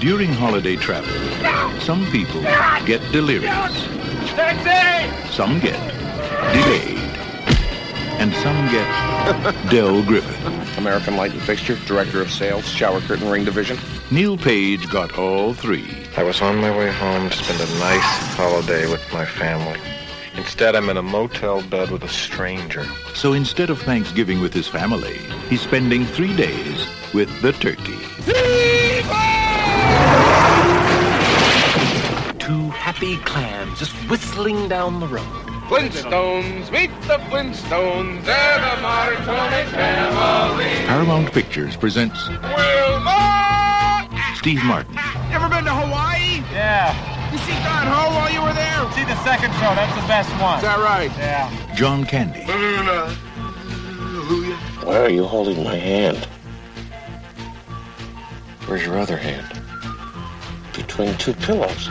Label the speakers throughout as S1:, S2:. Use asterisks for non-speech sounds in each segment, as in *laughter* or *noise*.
S1: During holiday travel, some people get delirious. Some get delayed. And some get Del Griffin.
S2: American Light and Fixture, Director of Sales, Shower Curtain Ring Division.
S1: Neil Page got all three.
S3: I was on my way home to spend a nice holiday with my family. Instead, I'm in a motel bed with a stranger.
S1: So instead of Thanksgiving with his family, he's spending three days with the turkey.
S4: Two happy clams just whistling down the road.
S2: Flintstones, meet the Flintstones, they're the Marconi family.
S1: Paramount Pictures presents
S2: Wilma!
S1: Steve Martin,
S2: Ever been to Hawaii?
S5: Yeah.
S2: You see Don Ho while you were there?
S5: See the second show. That's the best one.
S2: that right?
S5: Yeah.
S1: John Candy,
S3: Why are you holding my hand? Where's your other hand? Between two pillows.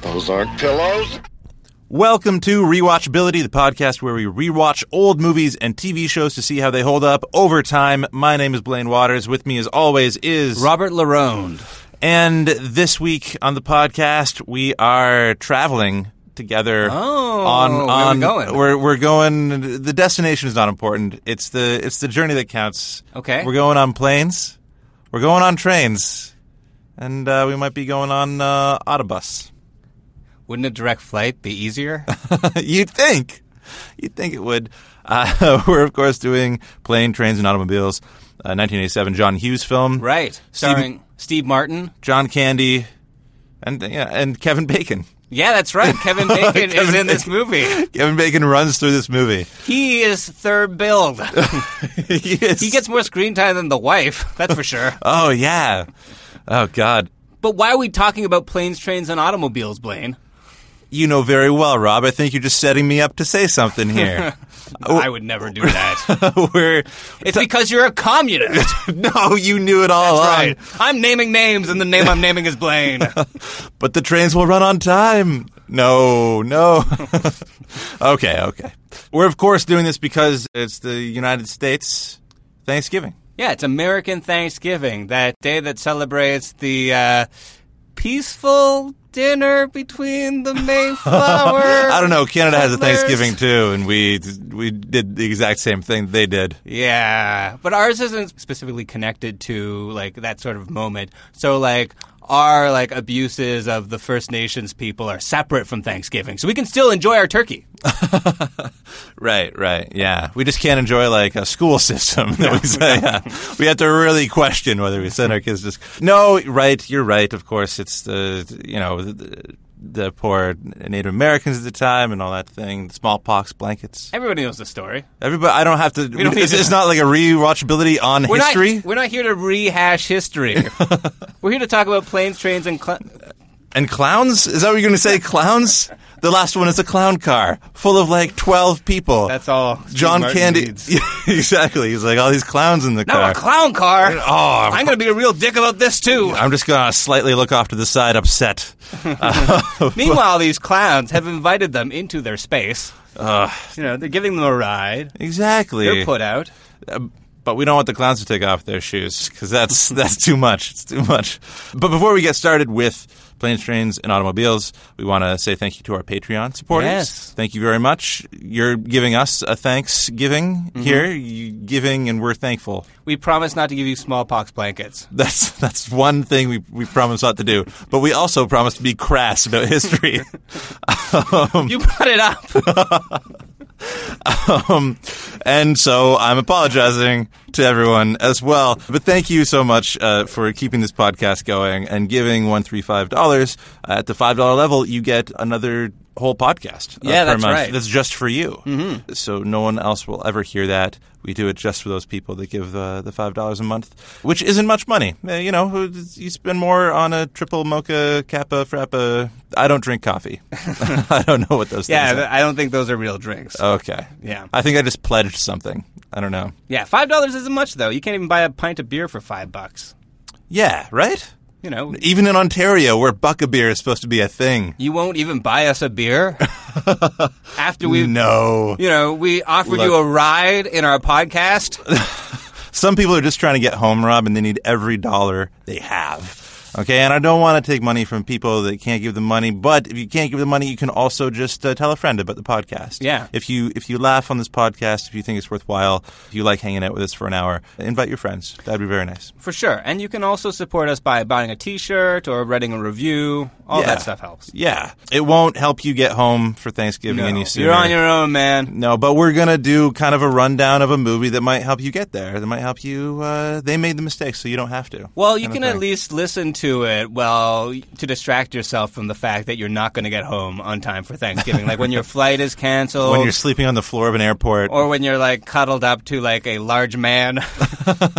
S3: Those aren't pillows.
S6: Welcome to Rewatchability, the podcast where we rewatch old movies and TV shows to see how they hold up over time. My name is Blaine Waters. With me, as always, is
S7: Robert Larone.
S6: And this week on the podcast, we are traveling together.
S7: Oh,
S6: on
S7: where we
S6: on
S7: going?
S6: We're, we're going. The destination is not important. It's the it's the journey that counts.
S7: Okay.
S6: We're going on planes. We're going on trains, and uh, we might be going on uh, autobus.
S7: Wouldn't a direct flight be *laughs* easier?
S6: *laughs* You'd think. You'd think it would. Uh, *laughs* we're, of course, doing Plane, Trains, and Automobiles, uh, 1987 John Hughes film.
S7: right. Starring Steve, Martin.
S6: John Candy and, yeah, and Kevin Bacon. *laughs*
S7: Yeah, that's *laughs* right. Kevin Bacon is in this movie.
S6: Kevin Bacon runs through this movie. *laughs*
S7: He is third billed.
S6: he, is-
S7: he gets more screen time than the wife, that's for sure.
S6: Oh, yeah. Oh, God.
S7: But why are we talking about planes, trains, and automobiles, Blaine?
S6: You know very well, Rob. I think you're just setting me up to say something
S7: *laughs*
S6: here. *laughs*
S7: I would never do that. *laughs*
S6: we're.
S7: it's because you're a *laughs* communist.
S6: No, you knew it all along.
S7: right. I'm naming names, and the name I'm naming is Blaine.
S6: but the trains will run on time. No, no. *laughs* okay, okay. We're of course doing this because it's the United States Thanksgiving.
S7: Yeah, it's American Thanksgiving, that day that celebrates the uh, peaceful dinner between the Mayflower.
S6: *laughs* I don't know. Canada has a
S7: settlers.
S6: Thanksgiving too, and we we did the exact same thing they did.
S7: Yeah, but ours isn't specifically connected to like that sort of moment. So like our like abuses of the First Nations people are separate from Thanksgiving, so we can still enjoy our turkey.
S6: Right, right. Yeah, we just can't enjoy like a school *laughs* system. That we, say, yeah. we have to really question whether we send our kids to. sc- No, right. You're right. Of course, it's the you know the, the poor Native Americans at the time and all that thing. Smallpox blankets.
S7: Everybody knows the story.
S6: Everybody, I don't have to.
S7: don't need
S6: it's,
S7: to-
S6: it's not like a rewatchability on
S7: We're
S6: history
S7: not we're not here to
S6: *laughs*
S7: rehash history. we're here to talk about planes, trains, and cl-
S6: and clowns. Is that what you're going to say? Clowns. The last one is a clown car full of like twelve people.
S7: that's all. Steve
S6: John
S7: Martin
S6: Candy. *laughs*
S7: needs.
S6: exactly. He's like all these clowns in the
S7: Now
S6: car.
S7: a clown car.
S6: Uh, oh,
S7: I'm going to be a real dick about this too.
S6: I'm just going to slightly look off to the side, upset. *laughs*
S7: Meanwhile, these clowns have invited them into their space.
S6: Uh,
S7: you know, they're giving them a ride.
S6: Exactly.
S7: They're put out.
S6: but we don't want the clowns *laughs* to take off their shoes because that's that's too much. It's too much. But before we get started with planes, trains, and automobiles. We want to say thank you to our Patreon supporters.
S7: Yes.
S6: Thank you very much. You're giving us a thanksgiving here. You giving, and we're thankful.
S7: We promise not to give you
S6: *laughs*
S7: smallpox blankets.
S6: That's that's one thing we, we promise not to do. But we also promise to be crass about history. *laughs*
S7: You brought it up.
S6: um, and so I'm apologizing to everyone as well. But thank you so much uh, for keeping this podcast going and giving one three five dollars Uh, at the five dollar level. You get another whole podcast. uh,
S7: Yeah,
S6: per
S7: that's
S6: month.
S7: right. Mm-hmm.
S6: That's just for you. So no one else will ever hear that. We do it just for those people that give the, the five dollars a month, which isn't much money. Uh, you know, who- you spend more on a triple mocha kappa frappa. I don't drink coffee. *laughs* I don't know what those
S7: yeah,
S6: things. are.
S7: th- I don't think those are real drinks.
S6: Okay.
S7: Yeah.
S6: I think I just pledged something. I don't know.
S7: yeah, five dollars isn't much though. You can't even buy a pint of beer for five bucks.
S6: Yeah, right?
S7: You know,
S6: Even in Ontario, where buck a beer is supposed to be a thing.
S7: you won't even buy us
S6: *laughs*
S7: a beer after we.
S6: no.
S7: You know, we offered you a
S6: Look.
S7: ride in our podcast.
S6: Some people are just trying to get home, Rob, and they need every dollar they have. Okay, and I don't want to take money from people that can't give the money, but if you can't give the money, you can also just uh, tell a friend about the podcast.
S7: Yeah.
S6: If you if you laugh on this podcast, if you think it's worthwhile, if you like hanging out with us for an hour, invite your friends. That'd be very nice.
S7: For sure. And you can also support us by buying a t shirt or writing a review. All
S6: Yeah.
S7: that stuff helps.
S6: Yeah. It won't help you get home for Thanksgiving any sooner.
S7: You're on your own, man.
S6: No, but we're gonna do kind of a rundown of a movie that might help you get there. That might help you. Uh, they made the mistake, so you don't have to.
S7: Well, you
S6: Kinda
S7: can at
S6: thing.
S7: least listen to it well to distract yourself from the fact that you're not going to get home on time for Thanksgiving. like when
S6: *laughs*
S7: your flight is canceled
S6: when you're sleeping on the floor of an airport.
S7: or when you're like cuddled up to like a large man.
S6: *laughs*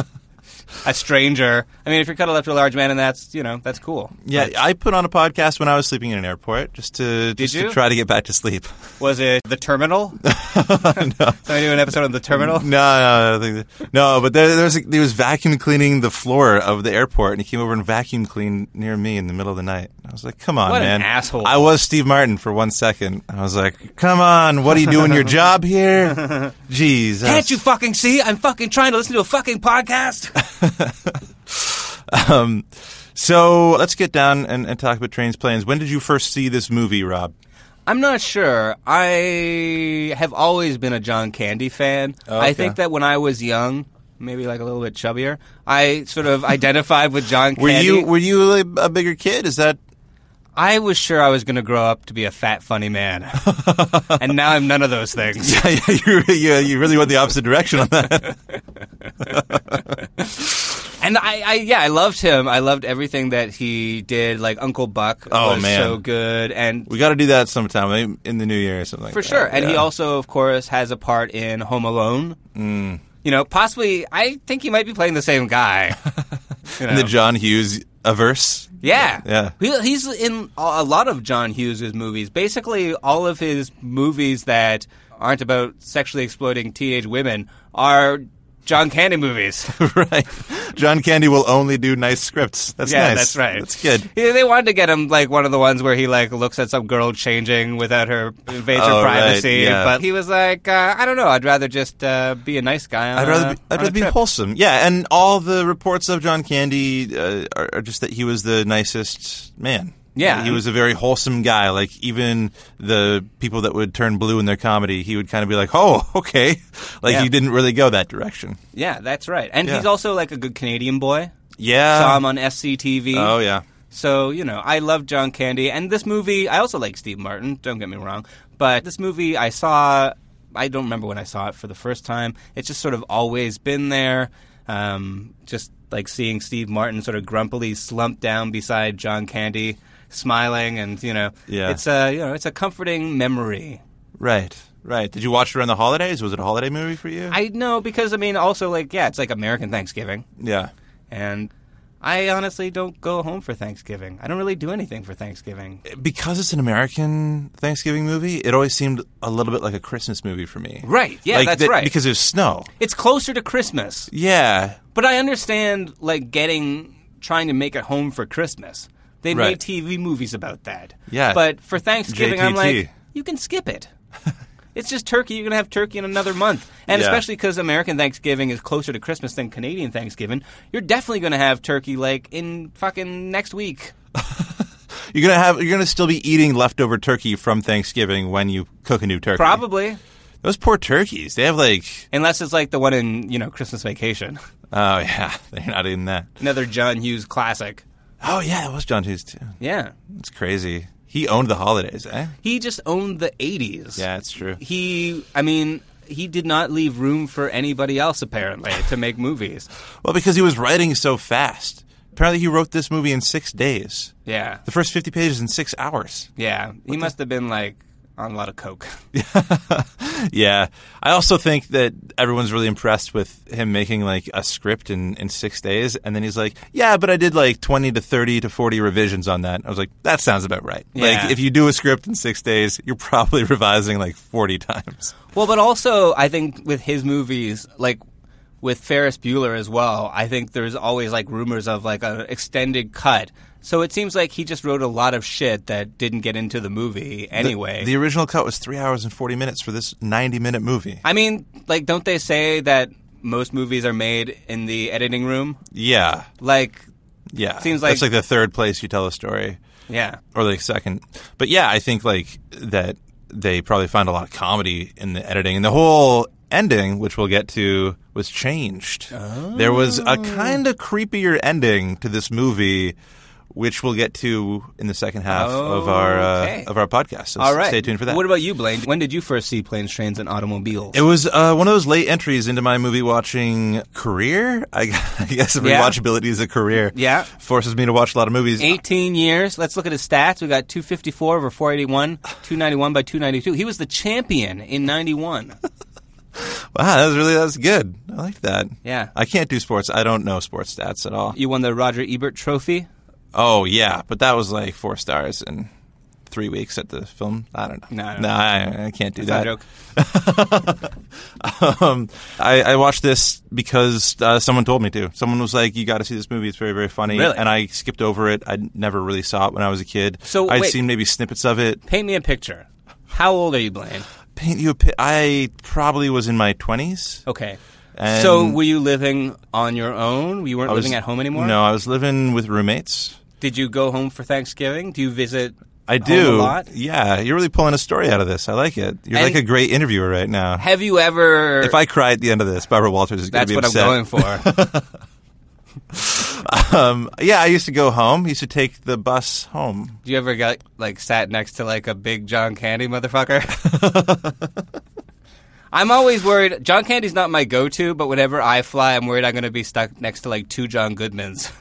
S7: a stranger. I mean, if you're cuddled up to a large man and that's, you know, that's cool.
S6: yeah, I put on a podcast when I was sleeping in an airport just to just
S7: you?
S6: to try to get back to
S7: *laughs*
S6: sleep. *laughs*
S7: Was it The Terminal? no. Somebody do an episode on
S6: *laughs*
S7: The Terminal?
S6: No, no, I don't think that- no. But there, there was he was vacuum cleaning the floor of the airport, and he came over and vacuum cleaned near me in the middle of the night. I was like, "Come on,
S7: What an
S6: man,
S7: asshole.
S6: I was Steve Martin for one second. I was like, "Come on, what are you doing
S7: *laughs*
S6: your job here?" Jeez,
S7: Can't you fucking see? I'm fucking trying to listen to a fucking podcast.
S6: Um, so let's get down and, and talk about trains, planes. When did you first see this movie, Rob?
S7: I'm not sure. I have always been a John Candy fan.
S6: Oh, okay.
S7: I think that when I was young, maybe like a little bit chubbier, I sort of identified with John
S6: Were
S7: Candy.
S6: you were you a, a bigger kid? Is that
S7: I was sure I was going to grow up to be a fat, funny
S6: *laughs*
S7: man. and now I'm none of those things.
S6: *laughs* yeah, you, you you really went the opposite direction on that?
S7: And I, I, yeah, I loved him. I loved everything that he did. Like Uncle Buck
S6: Oh,
S7: was
S6: man.
S7: so good. And
S6: we got to do that sometime maybe in the new year or something.
S7: For
S6: like
S7: sure.
S6: that.
S7: And he
S6: Yeah.
S7: also, of course, has a part in Home Alone. Mm. You know, possibly, I think he might be playing the
S6: *laughs*
S7: same guy. You
S6: And the
S7: know.
S6: John Hughes averse. *laughs*
S7: yeah.
S6: Yeah.
S7: He- he's in a a lot of John Hughes' movies. Basically, all of his movies that aren't about sexually exploiting teenage women are John Candy movies.
S6: right. John Candy will only do nice scripts. That's
S7: yeah,
S6: nice.
S7: that's right.
S6: That's good.
S7: Yeah, they wanted to get him like one of the ones where he like looks at some girl changing without her invades
S6: Oh,
S7: her
S6: right,
S7: privacy.
S6: yeah.
S7: But he was like, uh, I don't know. I'd rather just uh, be a nice guy. On
S6: I'd
S7: a-
S6: rather be,
S7: Uh, on
S6: I'd
S7: a
S6: rather be
S7: trip.
S6: wholesome. Yeah, and all the reports of John Candy uh, are, are just that he was the nicest man.
S7: Yeah.
S6: he was a very wholesome guy. Like even the people that would turn blue in their comedy, he would kind of be like, "Oh, *laughs* okay," like
S7: Yeah.
S6: he didn't really go that direction.
S7: Yeah, that's right. And
S6: Yeah.
S7: he's also like a good Canadian boy.
S6: Yeah.
S7: Saw him on SCTV.
S6: oh yeah.
S7: So you know, I love John Candy, and this movie. I also like Steve Martin. Don't get me wrong, but this movie I saw. I don't remember when I saw it for the first time. It's just sort of always been there. Um, just like seeing Steve Martin sort of grumpily slumped down beside John Candy, smiling, and you know,
S6: Yeah.
S7: it's a you know, it's a comforting memory.
S6: Right. Right. Did you watch it around the holidays? Was it a holiday movie for you?
S7: I know because I mean, also like yeah, it's like American Thanksgiving.
S6: yeah.
S7: And I honestly don't go home for Thanksgiving. I don't really do anything for Thanksgiving.
S6: Because it's an American Thanksgiving movie, it always seemed a little bit like a Christmas movie for me.
S7: Right. Yeah,
S6: Like
S7: that's
S6: that-
S7: right.
S6: Because there's snow.
S7: It's closer to Christmas.
S6: Yeah.
S7: But I understand like getting trying to make it home for Christmas. They
S6: Right.
S7: made TV movies about that.
S6: Yeah.
S7: But for Thanksgiving I'm
S6: JTT.
S7: like you can
S6: *laughs*
S7: skip it. it's just turkey. You're going to have turkey in another month. And
S6: Yeah.
S7: especially cuz American Thanksgiving is closer to Christmas than Canadian Thanksgiving, you're definitely going to have turkey like in fucking next week.
S6: You're gonna have. You're gonna still be eating leftover turkey from Thanksgiving when you cook a new turkey.
S7: Probably.
S6: Those poor turkeys. They have like.
S7: Unless it's like the one in, you know, Christmas Vacation. *laughs*
S6: Oh *laughs* yeah, they're not eating that.
S7: Another John Hughes classic.
S6: Oh yeah, that was John Hughes too.
S7: Yeah.
S6: It's crazy. He owned the holidays, eh?
S7: He just owned the 80s.
S6: Yeah, it's true.
S7: He, I mean, he did not leave room for anybody else, apparently, to make movies.
S6: Well, because he was writing so fast. Apparently, he wrote this movie in six days.
S7: Yeah.
S6: The first 50 pages in six hours.
S7: Yeah. He must have been like on a lot of coke.
S6: Yeah. I also think that everyone's really impressed with him making like a script in, in six days. And then he's like, yeah, but I did like 20 to 30 to 40 revisions on that. I was like, that sounds about right.
S7: Yeah.
S6: Like, if you do a script in six days, you're probably *laughs* revising like 40 times.
S7: Well, but also I think with his movies, like with Ferris Bueller as well, I think there's always like rumors of like an extended cut. So it seems like he just wrote a lot of shit that didn't get into the movie anyway.
S6: The original cut was three hours and 40 minutes for this 90 minute movie.
S7: I mean, like, don't they say that most movies are made in the editing room?
S6: Yeah.
S7: Like,
S6: Yeah.
S7: Seems like-
S6: That's like the third place you tell a story.
S7: yeah.
S6: or like second. But yeah, I think like that they probably found a lot of comedy in the editing and the whole ending, which we'll get to, was changed. There was a
S7: Oh.
S6: kind of creepier ending to this movie. Which we'll get to in the second half of our
S7: Okay.
S6: uh, of our podcast. So
S7: All right.
S6: stay tuned for that.
S7: What about you, Blaine? When did you first see planes, trains, and automobiles?
S6: It was uh, one of those late entries into my movie watching career. I, *laughs* I guess
S7: Yeah.
S6: rewatchability is a career.
S7: Yeah.
S6: forces me to watch a lot of movies.
S7: 18 years. Let's look at his stats. We got 254 over 481, 291 by 292. He was the champion
S6: *laughs*
S7: in 91.
S6: Wow, that was really that was good. I like that.
S7: Yeah.
S6: I can't do sports. I don't know sports stats at all.
S7: You won the Roger Ebert Trophy.
S6: Oh yeah, but that was like four stars in three weeks at the film. I don't know.
S7: No, I don't
S6: no, I, I can't do
S7: It's not
S6: that.
S7: a joke.
S6: *laughs* um, I, I watched this because uh, someone told me to. Someone was like, "You got to see this movie. It's very, very funny."
S7: Really?
S6: And I skipped over it. I never really saw it when I was a kid.
S7: So,
S6: I'd
S7: wait.
S6: seen maybe snippets of it.
S7: Paint me a picture. How old are you, Blaine?
S6: Paint you a pi- I probably was in my twenties.
S7: Okay.
S6: And-
S7: so were you living on your own? You weren't
S6: I was
S7: living at home anymore?
S6: No, I was living with roommates.
S7: Did you go home for Thanksgiving? Do you visit?
S6: I
S7: home
S6: do.
S7: a lot?
S6: Yeah, you're really pulling a story out of this. I like it. You're
S7: And-
S6: like a great interviewer right now.
S7: Have you ever?
S6: if I cry at the end of this, Barbara Walters is going to
S7: that's
S6: be
S7: what
S6: upset.
S7: I'm going
S6: *laughs*
S7: for.
S6: Um, yeah, I used to go home. Used to take the bus home.
S7: Do you ever got like sat next to like a big John Candy motherfucker? *laughs* I'm always worried. John Candy's not my go-to, but whenever I fly, I'm worried I'm going to be stuck next to like two John Goodmans.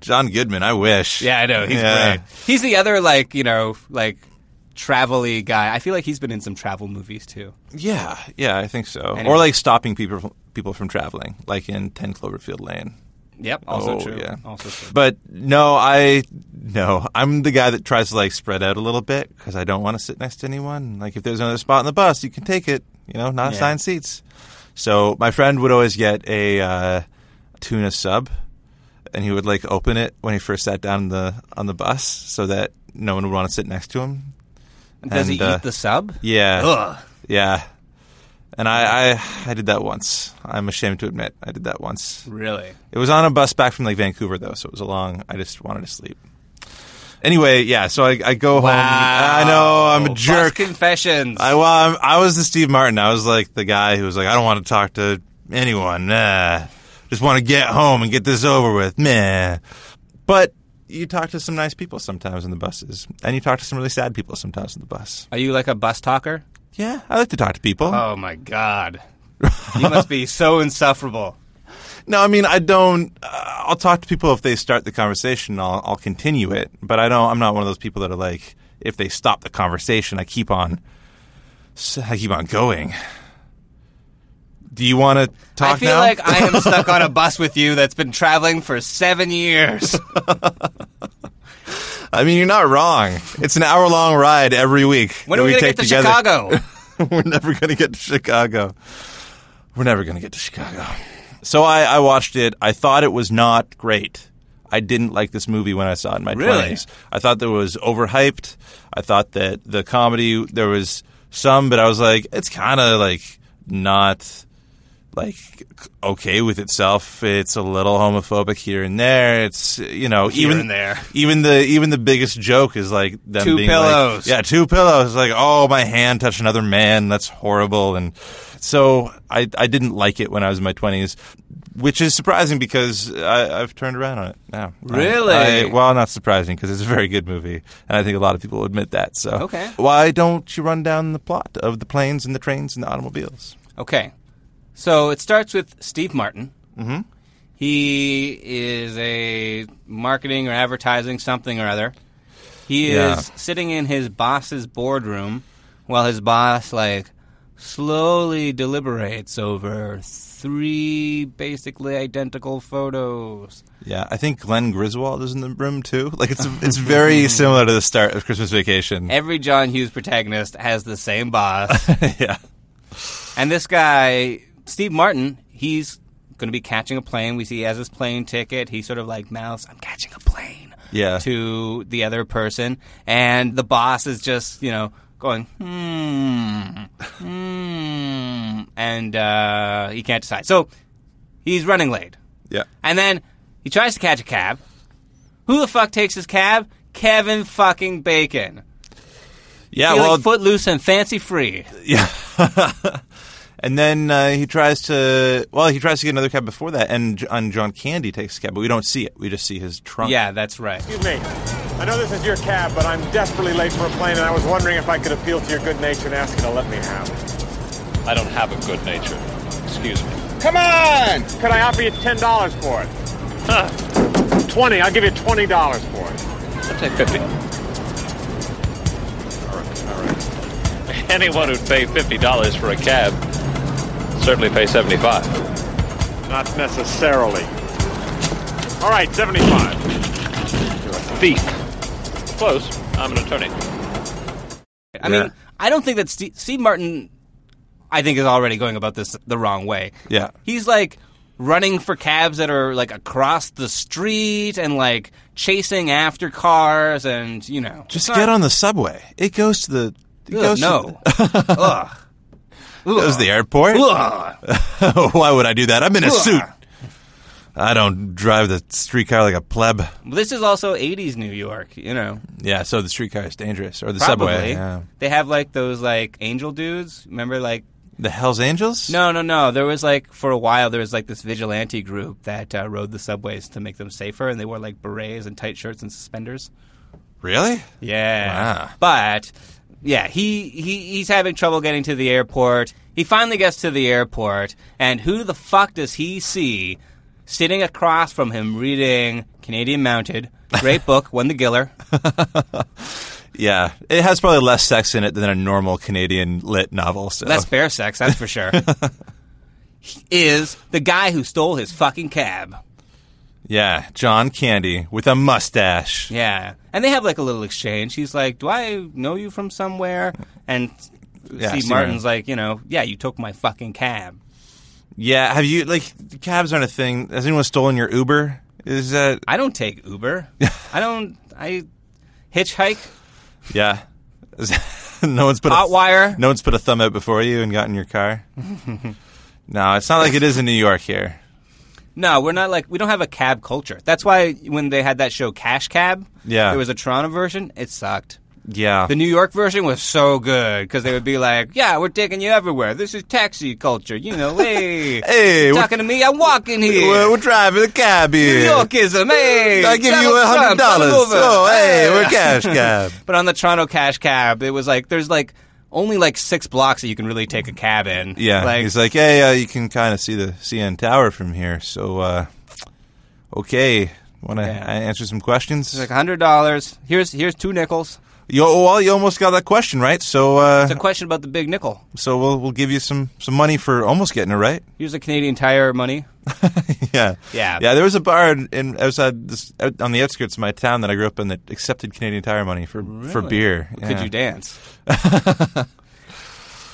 S7: *laughs*
S6: John Goodman. I wish.
S7: yeah, I know he's
S6: Yeah.
S7: great. He's the other like you know like travel-y guy. I feel like he's been in some travel movies too.
S6: Yeah, yeah, I think so.
S7: Anyway.
S6: Or like stopping people from, people from traveling, like in Ten Cloverfield Lane.
S7: Yep, also
S6: Oh,
S7: true.
S6: yeah.
S7: Also true.
S6: But no, I no, I'm the guy that tries to like spread out a little bit because I don't want to sit next to anyone. Like if there's another spot in the bus, you can take it. You know, not
S7: Yeah.
S6: assigned seats. So my friend would always get a uh, tuna sub, and he would like open it when he first sat down on the on the bus so that no one would want to sit next to him.
S7: Does he
S6: And, uh,
S7: eat the sub?
S6: Yeah,
S7: Ugh.
S6: yeah. And I, I I did that once. I'm ashamed to admit I did that once.
S7: Really?
S6: It was on a bus back from like Vancouver though, so it was a long. I just wanted to sleep. Anyway, yeah. So I, I go home. I know I'm a
S7: Bus
S6: jerk.
S7: confessions.
S6: I well, I'm, I was the Steve Martin. I was like the guy who was like, I don't want to talk to anyone. Nah. Just want to get home and get this over with. Meh. But you talk to some nice people sometimes in the buses, and you talk to some really sad people sometimes in the bus.
S7: Are you like a bus talker?
S6: Yeah, I like to talk to people.
S7: Oh
S6: *laughs*
S7: my god. you must be so insufferable.
S6: No, I mean I don't. Uh, I'll talk to people if they start the conversation. I'll I'll continue it, but I don't. I'm not one of those people that are like if they stop the conversation, I keep on. s- I keep on going. Do you want to talk
S7: I feel
S6: now?
S7: like I am
S6: *laughs*
S7: stuck on a bus with you that's been traveling for 7 years.
S6: I mean, you're not wrong. It's an hour long ride every week.
S7: When
S6: that
S7: are we,
S6: we
S7: going to
S6: take
S7: get to
S6: together. *laughs*
S7: Chicago?
S6: We're never going to get to Chicago. We're never going to get to Chicago. So I, I watched it. I thought it was not great. I didn't like this movie when I saw it in my
S7: Really?
S6: 20s. I thought that it was overhyped. I thought that the comedy, there was some, but I was like, it's kind of like not like okay with itself. It's a little homophobic here and there. It's you know
S7: Here
S6: even
S7: and there.
S6: even the even the biggest joke is like them
S7: Two
S6: being like-
S7: pillows.
S6: yeah, two pillows. Like oh, my hand touched another man. That's horrible. And so I I didn't like it when I was in my twenties. Which is surprising because I, I've turned around on it now. I-
S7: Really?
S6: I- well, not surprising because it's a very good movie, and I think a lot of people will admit that. So,
S7: Okay.
S6: why don't you run down the plot of the planes and the trains and the automobiles?
S7: Okay. So it starts with Steve Martin. Mm-hmm. He is a marketing or advertising something or other. He is
S6: Yeah.
S7: sitting in his boss's boardroom while his boss, like, slowly deliberates over three basically identical photos.
S6: Yeah, I think Glenn Griswold is in the room too. *laughs* Like it's it's
S7: *laughs*
S6: very similar to the start of Christmas Vacation.
S7: Every John Hughes protagonist has the
S6: *laughs*
S7: same boss.
S6: yeah,
S7: And this guy, Steve Martin, he's going to be catching a plane. We see he has his plane ticket. He sort of like mouths, I'm catching a plane
S6: Yeah.
S7: to the other person. And the boss is just, you know, going, hmm, hmm. And uh, he can't decide. So he's running late.
S6: yeah.
S7: And then he tries to catch a cab. Who the fuck takes his cab? Kevin fucking Bacon.
S6: Yeah,
S7: He,
S6: well,
S7: like, footloose and fancy free.
S6: yeah. and then uh, he tries to well, he tries to get another cab before that, and, J- and John Candy takes a cab, but we don't see it. We just see his trunk.
S7: Yeah, that's right.
S5: Excuse me. I know this is your cab, but I'm desperately late for a plane, and I was wondering if I could appeal to your good nature and ask you to let me have it.
S8: I don't have a good nature. Excuse me.
S2: Come on!
S5: Could I offer you ten dollars for it? Huh. Twenty. I'll give you twenty dollars for it.
S8: I'll take 50. All right, all right. Anyone who'd pay $50 for a cab certainly pay 75
S5: Not necessarily. All right, seventy-five.
S8: Thief. Close. I'm an attorney.
S6: Yeah.
S7: I mean, I don't think that Steve, Steve Martin. I think is already going about this the wrong way.
S6: Yeah.
S7: he's like running for cabs that are like across the street and like chasing after cars and you know
S6: Just get on the subway. It goes to the. It
S7: Ugh,
S6: goes to
S7: no.
S6: *laughs*
S7: Ugh.
S6: the, goes to the airport.
S7: Ugh.
S6: *laughs* Why would I do that? I'm in a
S7: Ugh.
S6: suit. I don't drive the streetcar like a pleb.
S7: This is also '80s New York, you know.
S6: Yeah, so the streetcar is dangerous, or the
S7: Probably
S6: subway. Yeah.
S7: they have like those like angel dudes. Remember, like
S6: The Hell's Angels?
S7: No, no, no. There was like for a while there was like this vigilante group that uh, rode the subways to make them safer, and they wore like berets and tight shirts and suspenders.
S6: really?
S7: Yeah,
S6: Wow.
S7: but yeah, he, he he's having trouble getting to the airport. He finally gets to the airport, and who the fuck does he see sitting across from him reading Canadian Mounted? Great book, won the Giller.
S6: Yeah, it has probably less sex in it than a normal Canadian lit novel. So *laughs*
S7: Less fair sex, that's for sure. He is the guy who stole his fucking cab.
S6: yeah, John Candy with a mustache.
S7: Yeah, and they have like a little exchange. He's like, "Do I know you from somewhere?" And
S6: Yeah,
S7: Steve
S6: Steve
S7: Martin's
S6: Martin.
S7: like, "You know, yeah, you took my fucking cab."
S6: Yeah, have you like cabs aren't a thing? Has anyone stolen your Uber? Is that
S7: I don't take
S6: *laughs*
S7: Uber. I don't. I hitchhike.
S6: yeah? Is *laughs* no one's put a,
S7: Hotwire.
S6: No one's put a thumb out before you and got in your
S7: *laughs*
S6: car. no, it's not like it is in New York here.
S7: No, we're not like we don't have a cab culture. That's why when they had that show Cash Cab,
S6: Yeah.
S7: there was a Toronto version. It sucked.
S6: Yeah,
S7: The New York version was so good because they would be like, "Yeah, we're taking you everywhere. This is taxi culture. You know, hey,
S6: *laughs* Hey,
S7: you
S6: we're-
S7: talking to me? I'm walking here.
S6: We're, we're driving a cab here.
S7: New Yorkism, hey!
S6: I give you
S7: Donald
S6: a hundred
S7: Trump, come
S6: dollars.
S7: over.
S6: Oh, hey, we're
S7: *laughs*
S6: cash cab.
S7: But on the Toronto Cash Cab, it was like there's like only like six blocks that you can really take a cab in.
S6: Yeah,
S7: like,
S6: he's like, hey, uh, you can kind of see the CN Tower from here. So, uh, okay, want to
S7: Yeah.
S6: answer some questions?
S7: it's like hundred dollars. Here's here's two nickels.
S6: you, well, you almost got that question right. So, uh,
S7: It's a question about the big nickel.
S6: so we'll we'll give you some some money for almost getting it right. *laughs*
S7: Here's the Canadian Tire money.
S6: yeah,
S7: Yeah.
S6: yeah. There was a bar in, in outside this, out on the outskirts of my town that I grew up in that accepted Canadian Tire money for for beer.
S7: Could
S6: Yeah.
S7: you dance? *laughs*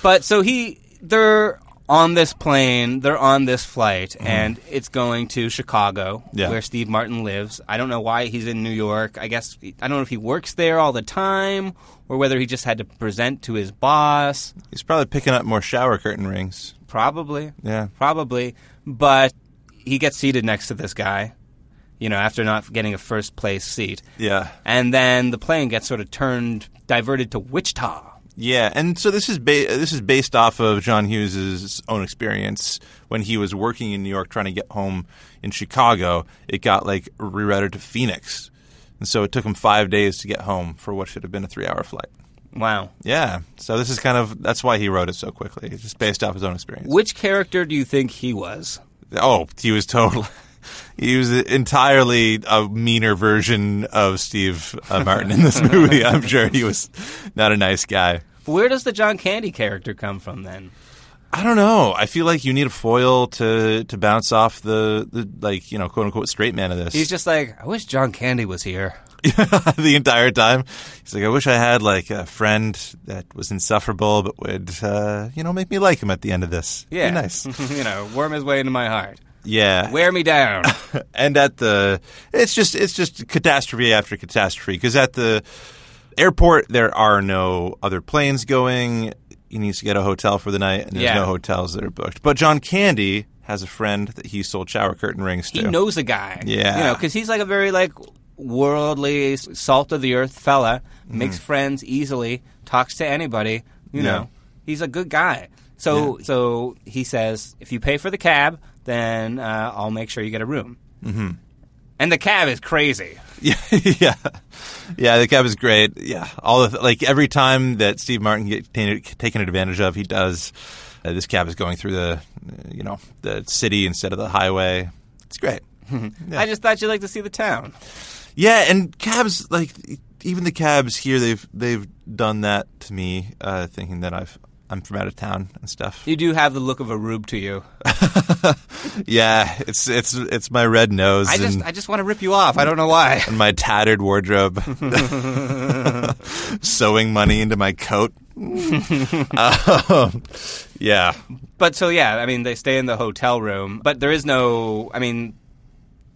S7: but so he, they're on this plane, they're on this flight, and it's going to Chicago,
S6: Mm-hmm. Yeah.
S7: where Steve Martin lives. I don't know why he's in New York. I guess I don't know if he works there all the time or whether he just had to present to his boss.
S6: He's probably picking up more shower curtain rings.
S7: Probably.
S6: Yeah.
S7: Probably. But he gets seated next to this guy, you know, after not getting a first place seat.
S6: Yeah.
S7: And then the plane gets sort of turned, diverted to Wichita.
S6: Yeah, and so this is ba- this is based off of John Hughes's own experience when he was working in New York trying to get home in Chicago. It got like rerouted to Phoenix, and so it took him five days to get home for what should have been a three-hour flight.
S7: Wow.
S6: Yeah, so this is kind of that's why he wrote it so quickly. It's just based off his own experience.
S7: Which character do you think he was?
S6: Oh, he was totally. *laughs* He was entirely a meaner version of Steve uh, Martin in this movie. I'm sure he was not a nice guy.
S7: Where does the John Candy character come from then?
S6: I don't know. I feel like you need a foil to to bounce off the, the like you know quote unquote straight man of this. *laughs*
S7: He's just like, I wish John Candy was here.
S6: the entire time. He's like, I wish I had like a friend that was insufferable, but would uh, you know make me like him at the end of this. Be
S7: Yeah.
S6: nice.
S7: *laughs* you know, worm his way into my heart.
S6: yeah.
S7: Wear
S6: *laughs*
S7: me down.
S6: and at the it's just it's just catastrophe after catastrophe because at the airport there are no other planes going he needs to get a hotel for the night and there's
S7: Yeah.
S6: no hotels that are booked but john candy has a friend that he sold shower curtain rings to
S7: he knows a guy.
S6: Yeah.
S7: you know, because he's like a very like worldly, salt of the earth fella. Makes friends easily, talks to anybody. You
S6: Mm-hmm. Yeah.
S7: know, he's a good guy. So so he says, if you pay for the cab, then uh, I'll make sure you get a room. Mm-hmm. And the cab is crazy.
S6: *laughs* yeah yeah yeah the cab is great yeah all of like every time that steve martin gets taken taken advantage of he does uh, this cab is going through the uh, you know the city instead of the highway it's great
S7: I just thought you'd like to see the town.
S6: Yeah, and cabs like even the cabs here they've they've done that to me, uh, thinking that I've I'm from out of town and stuff.
S7: You do have the look of a rube to you.
S6: Yeah, it's it's it's my red nose
S7: I just
S6: and,
S7: I just want to rip you off. I don't know why. *laughs*
S6: and my tattered wardrobe, sewing money into my coat. um, yeah,
S7: But so yeah, I mean they stay in the hotel room, but there is no I mean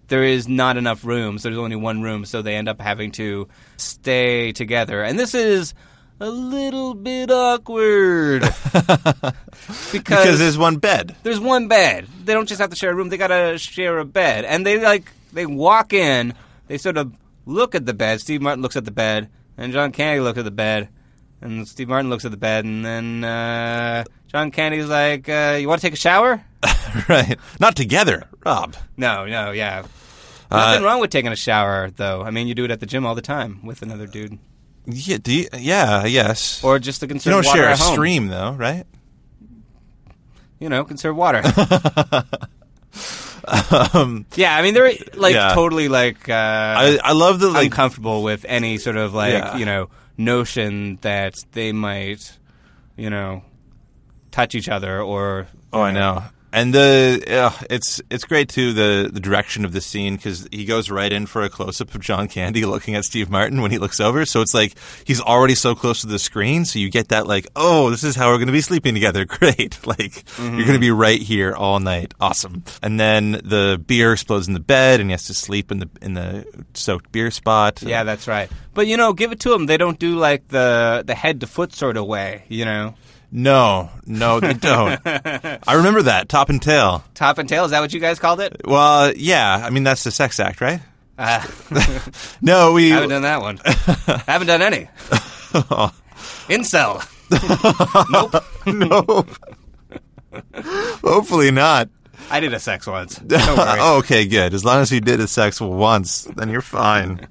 S7: there is not enough rooms. There's only one room, so they end up having to stay together. And this is a little bit awkward. because
S6: because
S7: there's,
S6: there's one bed.
S7: one bed. They don't just have to share a room, they got to share a bed. And they like they walk in, they sort of look at the bed. Steve Martin looks at the bed, and John Candy looks at the bed. And Steve Martin looks at the bed, and then uh, John Candy's like, uh, "You want to take a shower?"
S6: *laughs* right, not together, Rob.
S7: No, no, yeah.
S6: Uh,
S7: Nothing wrong with taking a shower, though. I mean, you do it at the gym all the time with another dude,
S6: Yeah, do you, yeah, yes.
S7: or just to
S6: you
S7: conserve
S6: don't
S7: water
S6: share a
S7: at home.
S6: stream though, right?
S7: You know, conserve
S6: *laughs*
S7: water. yeah, I mean, they're like
S6: Um, yeah.
S7: totally like uh,
S6: I I love the like
S7: uncomfortable with any sort of like
S6: Yeah.
S7: you know notion that they might you know touch each other or
S6: Oh, I know. And the uh, it's it's great too the the direction of the scene because he goes right in for a close up of John Candy *laughs* looking at Steve Martin when he looks over. So it's like he's already so close to the screen, so you get that like, oh, this is how we're going to be sleeping together. *laughs* Great, like you're going to be right here all night. Awesome. And then the beer explodes in the bed, and he has to sleep in the in the soaked beer spot.
S7: yeah, that's right. But you know, give it to them. They don't do like the the head to foot sort of way. You know,
S6: No, no, they don't. I remember that top and tail.
S7: top and tail. Is that what you guys called it?
S6: Well, yeah. I mean, that's the sex act, right?
S7: Ah.
S6: *laughs*
S7: *laughs*
S6: No, we
S7: I haven't done that
S6: *laughs*
S7: one. I haven't done any. Incel.
S6: no. Hopefully not.
S7: I did a sex
S6: *laughs*
S7: once. Don't worry.
S6: okay, good. As long as you did a sex once, then you're
S7: *laughs*
S6: fine.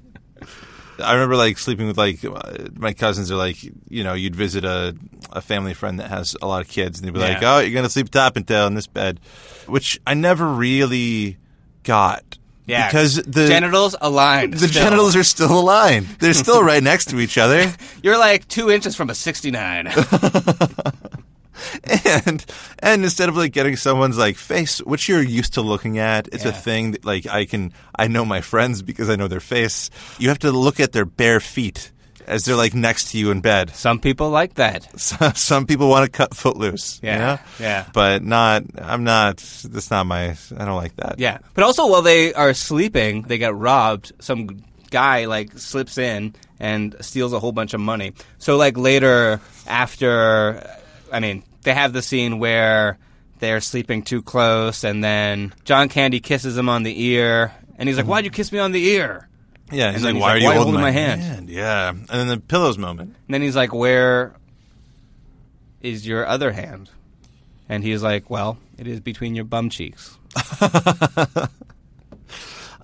S6: I remember like sleeping with like uh, my cousins are like you know you'd visit a a family friend that has a lot of kids and they'd be like
S7: Yeah.
S6: oh you're gonna sleep top and tail in this bed, which I never really got
S7: Yeah.
S6: because the
S7: genitals aligned.
S6: the
S7: still.
S6: genitals are still aligned they're still
S7: *laughs*
S6: right next to each other
S7: You're like two inches from a
S6: *laughs*
S7: 69.
S6: and and instead of like getting someone's like face, which you're used to looking at, it's a
S7: Yeah.
S6: thing that like I can I know my friends because I know their face. You have to look at their bare feet as they're like next to you in bed. *laughs*
S7: Some people like that.
S6: So- Some people want to cut foot loose, you
S7: Yeah,
S6: know?
S7: yeah.
S6: But not. I'm not. That's not my. I don't like that.
S7: Yeah. But also, while they are sleeping, they get robbed. Some guy, like, slips in and steals a whole bunch of money. So, like, later, after, I mean, they have the scene where they're sleeping too close, and then John Candy kisses him on the ear, and he's like, "Why'd you kiss me on the ear?"
S6: Yeah, he's
S7: And then
S6: like,
S7: he's
S6: why
S7: like,
S6: are you
S7: why are you
S6: holding
S7: holding
S6: my
S7: my hand?
S6: Yeah, and then the pillows moment.
S7: And then he's like, "Where is your other hand?" And he's like, "Well, it is between your bum cheeks."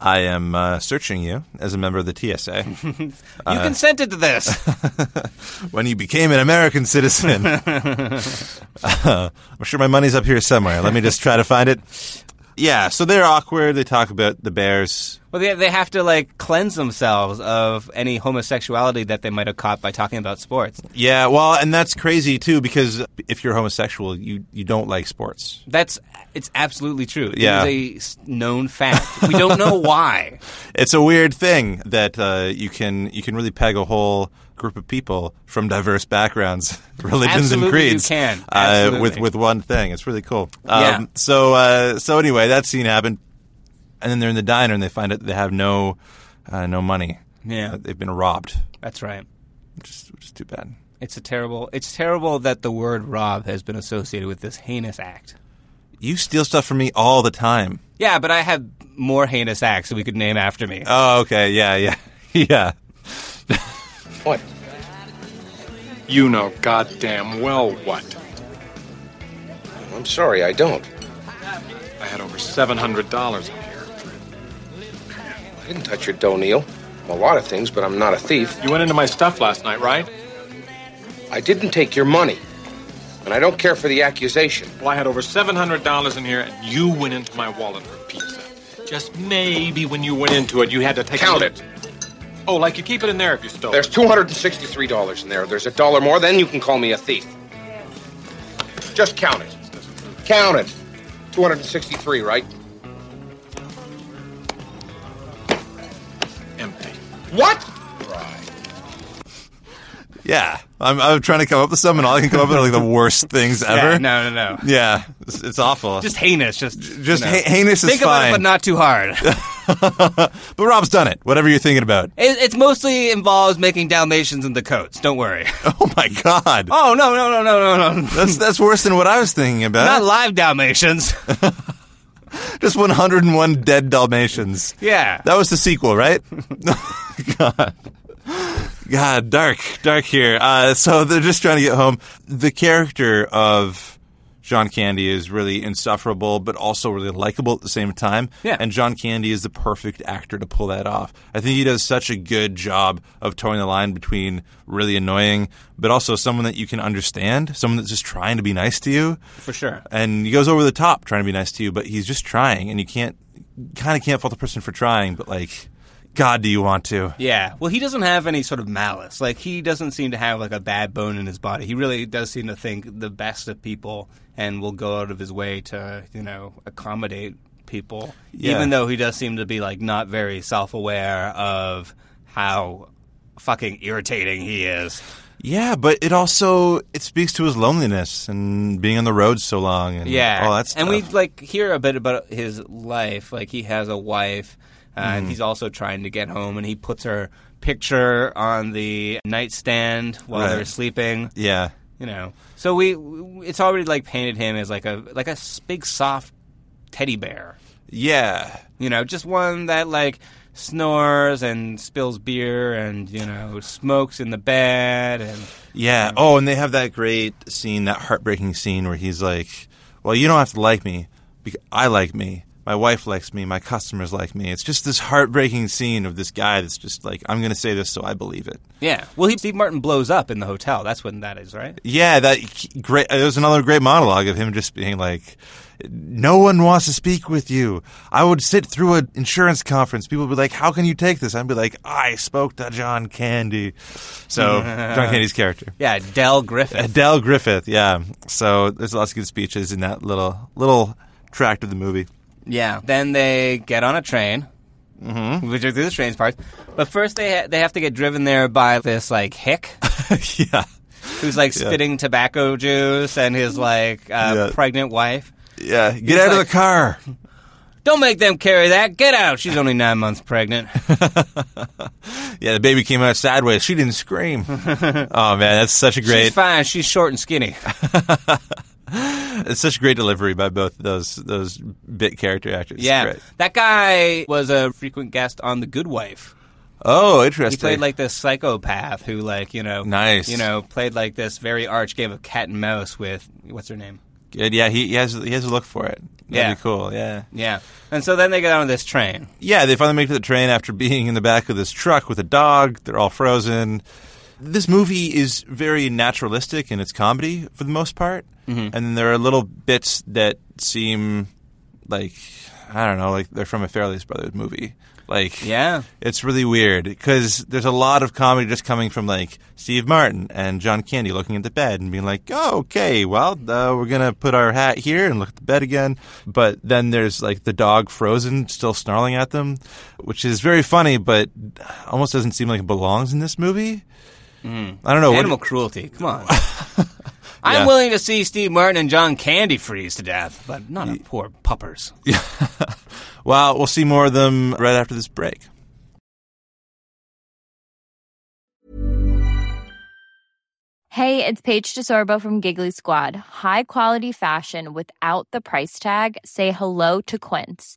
S6: I am uh, searching you as a member of the TSA
S7: You consented to this.
S6: when you became an American citizen. uh, I'm sure my money's up here somewhere. Let me just try to find it. Yeah, so they're awkward. They talk about the bears.
S7: Well, they, they have to like cleanse themselves of any homosexuality that they might have caught by talking about sports.
S6: Yeah, well, and that's crazy too because if you're homosexual, you you don't like sports.
S7: That's it's absolutely true.
S6: Yeah.
S7: It is a s- known fact. We don't *laughs* know why.
S6: It's a weird thing that uh, you can you can really peg a whole group of people from diverse backgrounds, *laughs* religions, and
S7: Absolutely, you
S6: creeds.
S7: can.
S6: uh, with
S7: Absolutely.
S6: with one thing. It's really cool. Um,
S7: Yeah.
S6: So uh, so anyway, that scene happened, and then they're in the diner and they find out they have no uh, no money.
S7: Yeah.
S6: Uh, they've been robbed,
S7: That's right.
S6: which is, which is too bad.
S7: It's a terrible. It's terrible that the word "rob" has been associated with this heinous act.
S6: You steal stuff from me all the time.
S7: Yeah, but I have more heinous acts that we could name after me.
S6: Oh, okay. Yeah, yeah, *laughs* yeah.
S2: What?
S4: You know goddamn well what.
S2: I'm sorry, I don't.
S4: I had over $700 in here.
S2: I didn't touch your dough, Neil. I'm a lot of things, but I'm not a thief.
S4: You went into my stuff last night, right?
S2: I didn't take your money. And I don't care for the accusation.
S4: Well, I had over $700 in here, and you went into my wallet for pizza. Just maybe when you went into it, you had to take
S2: Count
S4: a little- Oh, like you keep it in there if you stole
S2: There's $263 in there. There's a dollar more, then you can call me a thief. Just count it. Count it. 263, right?
S4: it. Empty.
S2: What?
S6: Yeah, I'm, I'm trying to come up with some, and all I can come up with are like the worst things ever.
S7: *laughs* Yeah, no, no, no.
S6: Yeah, it's, it's awful.
S7: Just heinous. Just, just
S6: Just hei- heinous is
S7: Think about
S6: fine.
S7: it, but not too *laughs* hard. it,
S6: but Rob's done it. Whatever you're thinking
S7: *laughs*
S6: about.
S7: it's mostly involves making Dalmatians in the coats. Don't worry.
S6: Oh my god,
S7: *laughs* Oh no, no, no, no, no, no.
S6: that's that's worse than what I was thinking
S7: Not
S6: about.
S7: live Dalmatians.
S6: *laughs* Just 101 dead Dalmatians.
S7: Yeah.
S6: That was the sequel,
S7: *laughs*
S6: right? *laughs* God. God, dark, dark here. Uh, so they're just trying to get home. The character of John Candy is really insufferable, but also really likable at the same time.
S7: Yeah.
S6: And John Candy is the perfect actor to pull that off. I think he does such a good job of towing the line between really annoying, but also someone that you can understand, someone that's just trying to be nice to you
S7: *laughs* For sure.
S6: and he goes over the top trying to be nice to you, but he's just trying, and you can't kind of can't fault the person for trying, but like, God, do you want to?
S7: Yeah. Well, he doesn't have any sort of malice. Like he doesn't seem to have like a bad bone in his body. He really does seem to think the best of people and will go out of his way to, you know, accommodate people.
S6: Yeah.
S7: Even though he does seem to be like not very self-aware of how fucking irritating he is.
S6: Yeah, but it also it speaks to his loneliness and being on the road so long, and
S7: Yeah.
S6: all that stuff.
S7: And we like hear a bit about his life. Like he has a wife, uh, and he's also trying to get home, and he puts her picture on the nightstand while
S6: Right.
S7: they're sleeping.
S6: yeah,
S7: You know, so we w- it's already like painted him as like a like a s- big soft teddy bear.
S6: yeah.
S7: You know, just one that like snores and spills beer and you know smokes in the bed and
S6: Yeah. Oh, and they have that great scene, that heartbreaking scene where he's like, "Well, you don't have to like me because I like me. My wife likes me. My customers like me." It's just this heartbreaking scene of this guy that's just like, "I'm going to say this so I believe it."
S7: yeah. Well, he, Steve Martin blows up in the hotel. That's when that is, right?
S6: Yeah, that great. It was another great monologue of him just being like, "No one wants to speak with you." I would sit through an insurance conference. People would be like, "How can you take this?" I'd be like, "I spoke to John Candy." *laughs* So John Candy's character,
S7: Yeah, Dell Griffith.
S6: Adele Griffith. Yeah. So there's lots of good speeches in that little little tract of the *laughs* movie.
S7: Yeah. Then they get on a train. Mm-hmm. Which are through the train's parts, but first they ha- they have to get driven there by this like hick
S6: *laughs* yeah.
S7: who's like spitting tobacco juice and his like uh,
S6: Yeah.
S7: pregnant wife.
S6: Yeah. Get out of
S7: like-
S6: the car.
S7: Don't make them carry that. Get out. She's only nine months pregnant.
S6: Yeah, the baby came out sideways. She didn't *laughs* scream. oh man, that's such a *laughs* great. *laughs*
S7: She's fine. She's short and skinny.
S6: It's such great delivery by both those those bit character actors. It's
S7: yeah,
S6: great.
S7: that guy was a frequent guest on The Good Wife.
S6: Oh,
S7: He
S6: interesting.
S7: played like this psychopath who, like, you know,
S6: Nice.
S7: you know, played like this very arch game of cat and mouse with what's her name?
S6: Good, yeah, he, he has he has a look for it. That'd
S7: Yeah.
S6: be cool. Yeah,
S7: Yeah, and so then they get on this train.
S6: yeah. They finally make it to the train after being in the back of this truck with a dog. They're all frozen. This movie is very naturalistic in its comedy for the most part,
S7: Mm-hmm.
S6: and there are little bits that seem like I don't know, like they're from a Fairley's Brothers movie. Like,
S7: Yeah.
S6: it's really weird because there's a lot of comedy just coming from like Steve Martin and John Candy looking at the bed and being like, oh, okay, well, uh, we're going to put our hat here and look at the bed again. But then there's like the dog frozen, still snarling at them, which is very funny, but almost doesn't seem like it belongs in this movie. I don't know. what-
S7: Animal cruelty. Come *laughs* on. I'm willing to see Steve Martin and John Candy freeze to death, but not a poor puppers.
S6: *laughs* well, we'll see more of them right after this break.
S9: Hey, it's Paige DeSorbo from Giggly Squad. High quality fashion without the price tag. Say hello to Quince.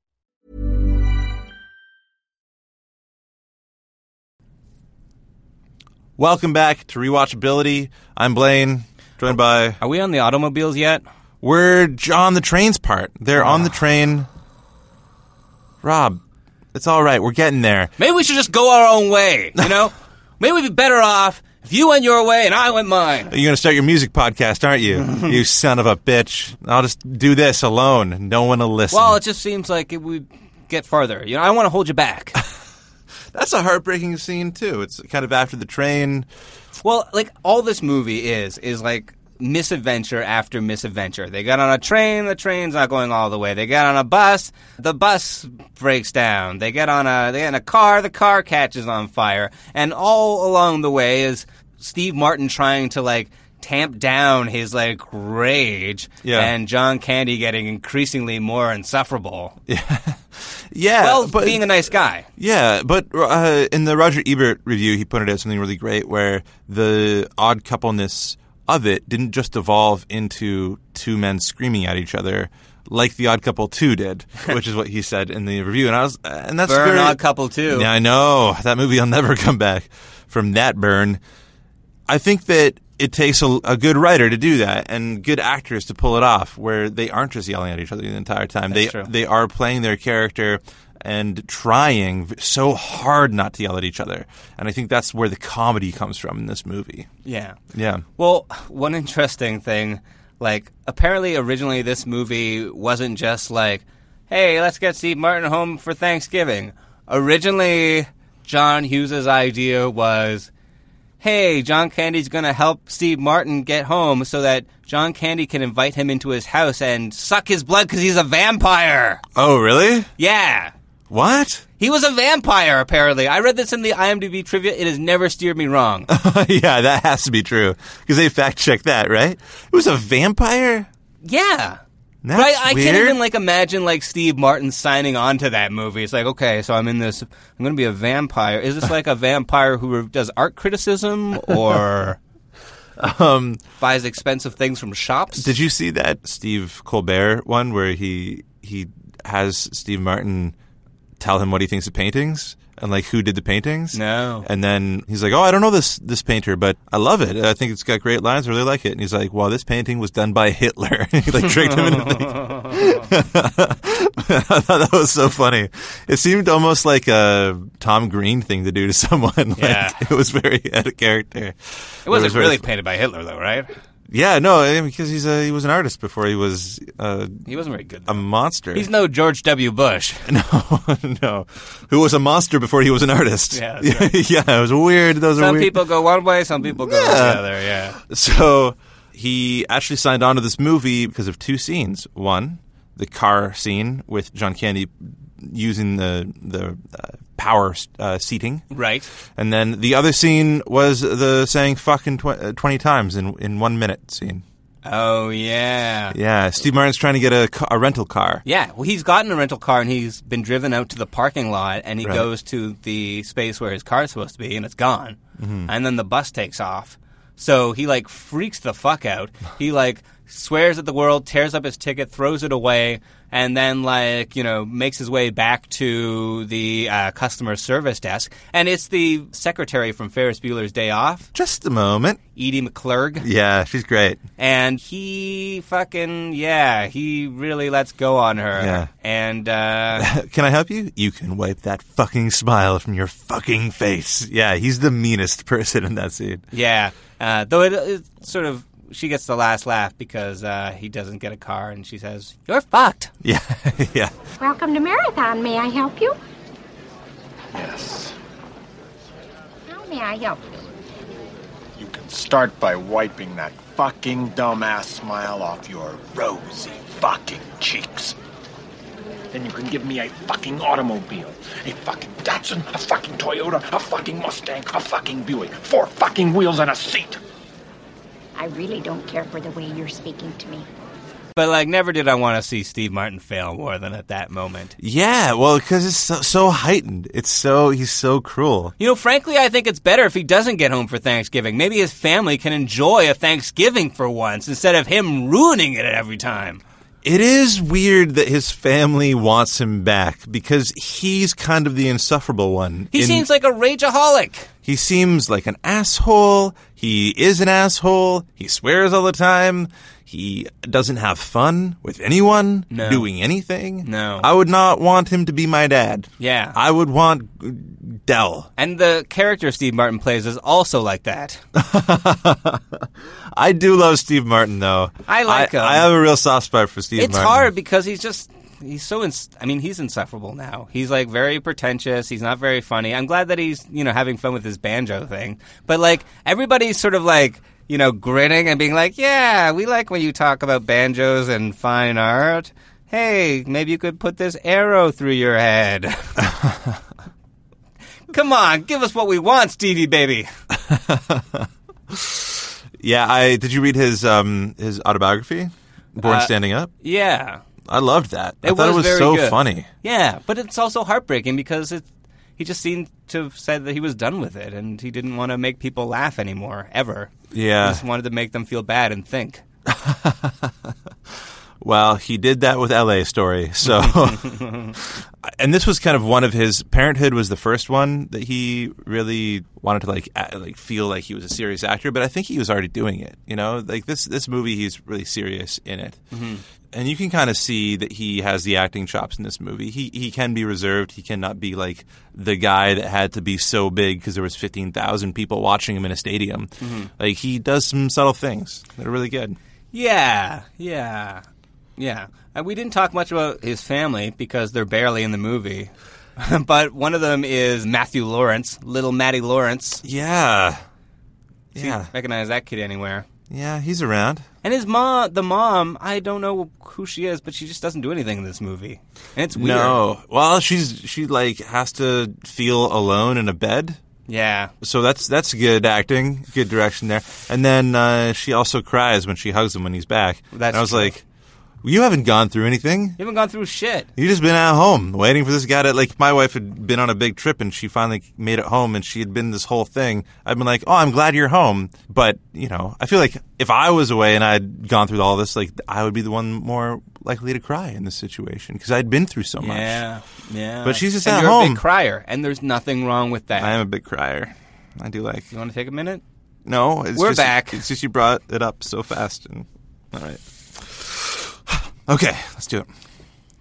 S6: Welcome back to Rewatchability. I'm Blaine, joined by.
S7: Are we on the automobiles yet?
S6: We're j- on the train's part. They're on the
S7: Ah.
S6: train. Rob, it's all right. We're getting there.
S7: Maybe we should just go our own way, *laughs* you know? Maybe we'd be better off if you went your way and I went mine.
S6: You're going to start your music podcast, aren't
S7: *laughs*
S6: you? you son of a bitch. I'll just do this alone. No one will listen.
S7: Well, it just seems like it would get farther. You know, I don't want to hold you *laughs* back.
S6: That's a heartbreaking scene, too. It's kind of after the train.
S7: Well, like all this movie is is like misadventure after misadventure. They got on a train, the train's not going all the way. They get on a bus, the bus breaks down. They get on a they get in a car, the car catches on fire. And all along the way is Steve Martin trying to like tamp down his like rage
S6: Yeah.
S7: and John Candy getting increasingly more insufferable.
S6: Yeah.
S7: Well,
S6: but,
S7: being a nice guy.
S6: Yeah, but uh, in the Roger Ebert review, he pointed out something really great where the odd coupleness of it didn't just evolve into two men screaming at each other like the Odd Couple Two
S7: *laughs*
S6: did, which is what he said in the review. And I was, and that's
S7: Burn
S6: very,
S7: Odd Couple 2.
S6: Yeah, I know that movie will never come back from that burn. I think that it takes a, a good writer to do that and good actors to pull it off, where they aren't just yelling at each other the entire time. they
S7: true.
S6: they are playing their character and trying v- so hard not to yell at each other. And I think that's where the comedy comes from in this movie.
S7: Yeah.
S6: Yeah.
S7: Well, one interesting thing, like apparently originally this movie wasn't just like, hey, let's get Steve Martin home for Thanksgiving. Originally, John Hughes's idea was, hey, John Candy's going to help Steve Martin get home so that John Candy can invite him into his house and suck his blood because he's a vampire.
S6: Oh, really?
S7: Yeah.
S6: What? *laughs*
S7: He was a vampire, apparently. I read this in the IMDb trivia. It has never steered me wrong.
S6: yeah, that has to be true because they fact checked that, right? It was a vampire.
S7: yeah.
S6: That's
S7: right, I
S6: weird.
S7: can't even like imagine like Steve Martin signing on to that movie. It's like, okay, so I'm in this. I'm going to be a vampire. Is this like a vampire who re- does art criticism or
S6: *laughs*
S7: buys expensive things from shops?
S6: Um, Did you see that Steve Colbert one where he he has Steve Martin tell him what he thinks of paintings and like who did the paintings?
S7: No.
S6: And then he's like, "Oh, I don't know this this painter, but I love it. I think it's got great lines. I really like it." And he's like, "Well, this painting was done by Hitler." *laughs* he like tricked him into thinking. *laughs* I thought that was so funny. It seemed almost like a Tom Green thing to *laughs* do to someone. Like,
S7: Yeah.
S6: it was very out of character.
S7: it wasn't
S6: very
S7: really
S6: fu-
S7: painted by Hitler, though, right?
S6: yeah, no, I mean, because he's a, he was an artist before he was uh,
S7: He wasn't very good.
S6: a monster.
S7: He's no George W. Bush.
S6: *laughs* no, no, who was a monster before he was an artist. *laughs*
S7: Yeah, that's
S6: yeah, it was weird. Those are
S7: Some
S6: weird.
S7: people go one way, some people go
S6: Yeah.
S7: the other. Yeah,
S6: So He actually signed on to this movie because of two scenes. One, the car scene with John Candy using the the uh, power uh, seating.
S7: Right.
S6: And then the other scene was the saying fucking tw- uh, 20 times in, in one minute scene.
S7: Oh yeah.
S6: Yeah, Steve Martin's trying to get a, ca- a rental car.
S7: Yeah, well, he's gotten a rental car and he's been driven out to the parking lot and he
S6: Right.
S7: goes to the space where his car is supposed to be and it's gone.
S6: Mm-hmm.
S7: And then the bus takes off. So he like freaks the
S6: *laughs*
S7: fuck out. He like swears at the world, tears up his ticket, throws it away, and then like, you know, makes his way back to the uh, customer service desk. And it's the secretary from Ferris Bueller's Day Off,
S6: Just a moment.
S7: Edie McClurg.
S6: Yeah, she's great. *laughs*
S7: and he fucking yeah he really lets go on her
S6: Yeah.
S7: and uh,
S6: Can I help you? You can wipe that fucking smile from your fucking face. Yeah, he's the meanest *laughs* person in that scene.
S7: yeah uh, though it, it sort of she gets the last laugh because uh, he doesn't get a car and she says you're fucked
S6: Yeah, *laughs* yeah.
S10: Welcome to Marathon. May I help you?
S3: Yes.
S10: How may I help you?
S5: You can start by wiping that fucking dumbass smile off your rosy fucking cheeks.
S2: Then you can give me a fucking automobile, a fucking Datsun, a fucking Toyota, a fucking Mustang, a fucking Buick, four fucking wheels and a seat.
S10: I really don't care for the way you're speaking to me.
S7: but like never did i want to see steve martin fail more than at that moment
S6: Yeah, well, because it's so, so heightened. It's so, he's so cruel.
S7: you know frankly i think it's better if he doesn't get home for thanksgiving maybe his family can enjoy a thanksgiving for once instead of him ruining it every time
S6: It is weird that his family wants him back because he's kind of the insufferable one.
S7: he
S6: in-
S7: seems like a rageaholic
S6: He seems like an asshole. He is an asshole. He swears all the time. He doesn't have fun with anyone
S7: No.
S6: doing anything.
S7: No.
S6: I would not want him to be my dad.
S7: Yeah.
S6: I would want Dell.
S7: and the character steve martin plays is also like that
S6: I do love Steve Martin though.
S7: I like him.
S6: I have a real soft spot for Steve
S7: it's
S6: Martin.
S7: hard because he's just he's so ins- i mean he's insufferable now he's like very pretentious he's not very funny i'm glad that he's you know having fun with his banjo thing but like everybody's sort of like you know grinning and being like yeah we like when you talk about banjos and fine art hey maybe you could put this arrow through your head come on give us what we want stevie baby
S6: Yeah, I did you read his um his autobiography? Born Standing Up?
S7: yeah
S6: I loved that. I
S7: Uh, it
S6: thought
S7: was
S6: it was
S7: very
S6: so
S7: good.
S6: funny.
S7: Yeah, but it's also heartbreaking because it, he just seemed to have said that he was done with it and he didn't want to make people laugh anymore, ever.
S6: Yeah.
S7: He just wanted to make them feel bad and think.
S6: Well, he did that with LA Story. So, *laughs* and this was kind of one of his Parenthood was the first one that he really wanted to like a like feel like he was a serious actor. But I think he was already doing it. You know, like this this movie, he's really serious in it, and you can kind of see that he has the acting chops in this movie. He he can be reserved. He cannot be like the guy that had to be so big because there was fifteen thousand people watching him in a stadium. Like he does some subtle things that are really good.
S7: Yeah, yeah, yeah. And we didn't talk much about his family because they're barely in the movie. *laughs* but one of them is Matthew Lawrence, little Matty Lawrence.
S6: Yeah.
S7: You
S6: Yeah.
S7: Recognize that kid anywhere.
S6: Yeah, he's around.
S7: And his mom, the mom, I don't know who she is, but she just doesn't do anything in this movie. And it's weird.
S6: No. Well, she's she like has to feel alone in a bed.
S7: Yeah.
S6: So that's that's good acting, good direction there. And then uh, she also cries when she hugs him when he's back.
S7: That's
S6: and I was
S7: true.
S6: like, "You haven't gone through anything.
S7: You haven't gone through shit.
S6: You just been at home waiting for this guy to like." My wife had been on a big trip and she finally made it home, and she had been this whole thing. I've been like, "Oh, I'm glad you're home," but you know, I feel like if I was away and I'd gone through all this, like I would be the one more likely to cry in this situation because I'd been through so much.
S7: Yeah, yeah.
S6: But she's just
S7: and
S6: at
S7: you're a
S6: home.
S7: big crier, and there's nothing wrong with that.
S6: I am a big crier. I do like.
S7: you want to take a minute?
S6: No, it's
S7: We're
S6: just,
S7: back.
S6: It's just you brought it up so fast. And all right. *sighs* Okay, let's do it.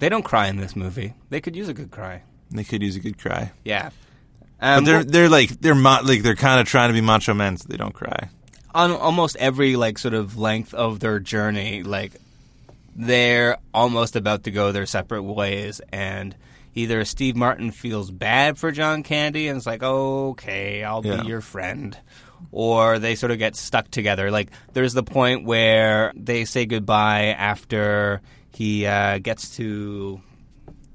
S7: They don't cry in this movie. They could use a good cry.
S6: They could use a good cry.
S7: Yeah.
S6: But
S7: Um,
S6: they're
S7: well,
S6: they're like they're mo- like they're kind of trying to be macho men, so they don't cry.
S7: on almost every like sort of length of their journey, like they're almost about to go their separate ways, and either Steve Martin feels bad for John Candy and is like, "Okay, I'll
S6: Yeah.
S7: be your friend," or they sort of get stuck together. Like there's the point where they say goodbye after he uh, gets to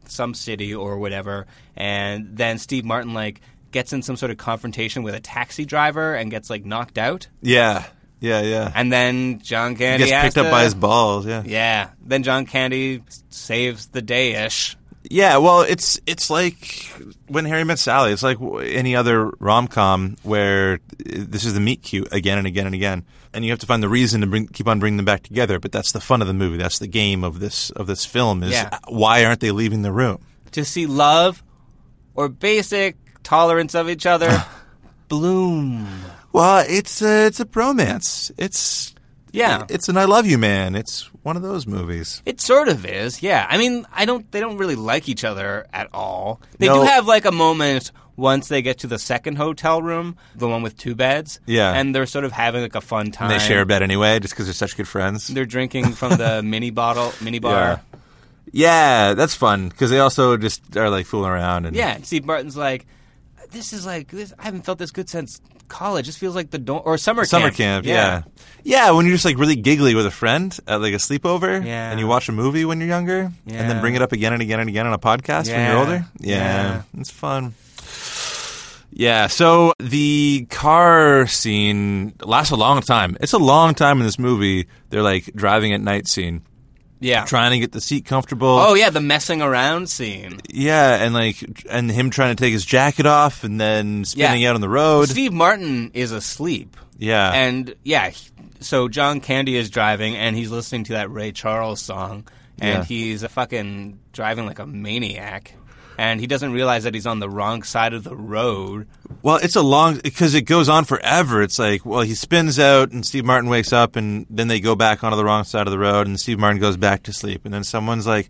S7: some city or whatever, and then Steve Martin like gets in some sort of confrontation with a taxi driver and gets like knocked out.
S6: Yeah. Yeah, yeah.
S7: And then John
S6: He
S7: Candy
S6: gets
S7: has
S6: picked up
S7: to-
S6: by his balls, yeah.
S7: Yeah. Then John Candy s- saves the day ish.
S6: Yeah, well, it's it's like when Harry met Sally. It's like w- any other rom com where uh, this is the meet cute again and again and again, and you have to find the reason to bring, keep on bringing them back together. But that's the fun of the movie. That's the game of this of this film is
S7: Yeah.
S6: uh, why aren't they leaving the room?
S7: To see love or basic tolerance of
S6: *sighs*
S7: each other bloom.
S6: Well, it's a, it's a bromance. It's
S7: Yeah.
S6: it's an I love you man. It's one of those movies.
S7: It sort of is, yeah. I mean, I don't. They don't really like each other at all. They
S6: No.
S7: do have like a moment once they get to the second hotel room, the one with two beds.
S6: Yeah.
S7: and they're sort of having like a fun time.
S6: And they share a bed anyway, just because they're such good friends.
S7: They're drinking
S6: *laughs*
S7: from the mini bottle, mini bar.
S6: Yeah, that's fun because they also just are like fooling around and
S7: Yeah. and Steve Martin's like, this is like this. I haven't felt this good since college. This feels like the dorm or summer
S6: summer camp.
S7: camp.
S6: yeah. yeah, when you're just like really giggly with a friend at like a sleepover,
S7: Yeah.
S6: and you watch a movie when you're younger, and then
S7: Yeah.
S6: bring it up again and again and again on a podcast when you're
S7: Yeah.
S6: older.
S7: Yeah.
S6: it's fun. Yeah, so the car scene lasts a long time. It's a long time in this movie. They're like driving at night scene,
S7: yeah.
S6: trying to get the seat comfortable.
S7: Oh yeah, the messing around scene.
S6: Yeah, and like and him trying to take his jacket off and then spinning out on the road.
S7: Steve Martin is asleep.
S6: yeah.
S7: And yeah, he- so John Candy is driving and he's listening to that Ray Charles song and
S6: Yeah.
S7: he's fucking driving like a maniac and he doesn't realize that he's on the wrong side of the road.
S6: Well, it's a long because it goes on forever. It's like, well, he spins out, and Steve Martin wakes up, and then they go back onto the wrong side of the road, and Steve Martin goes back to sleep, and then someone's like,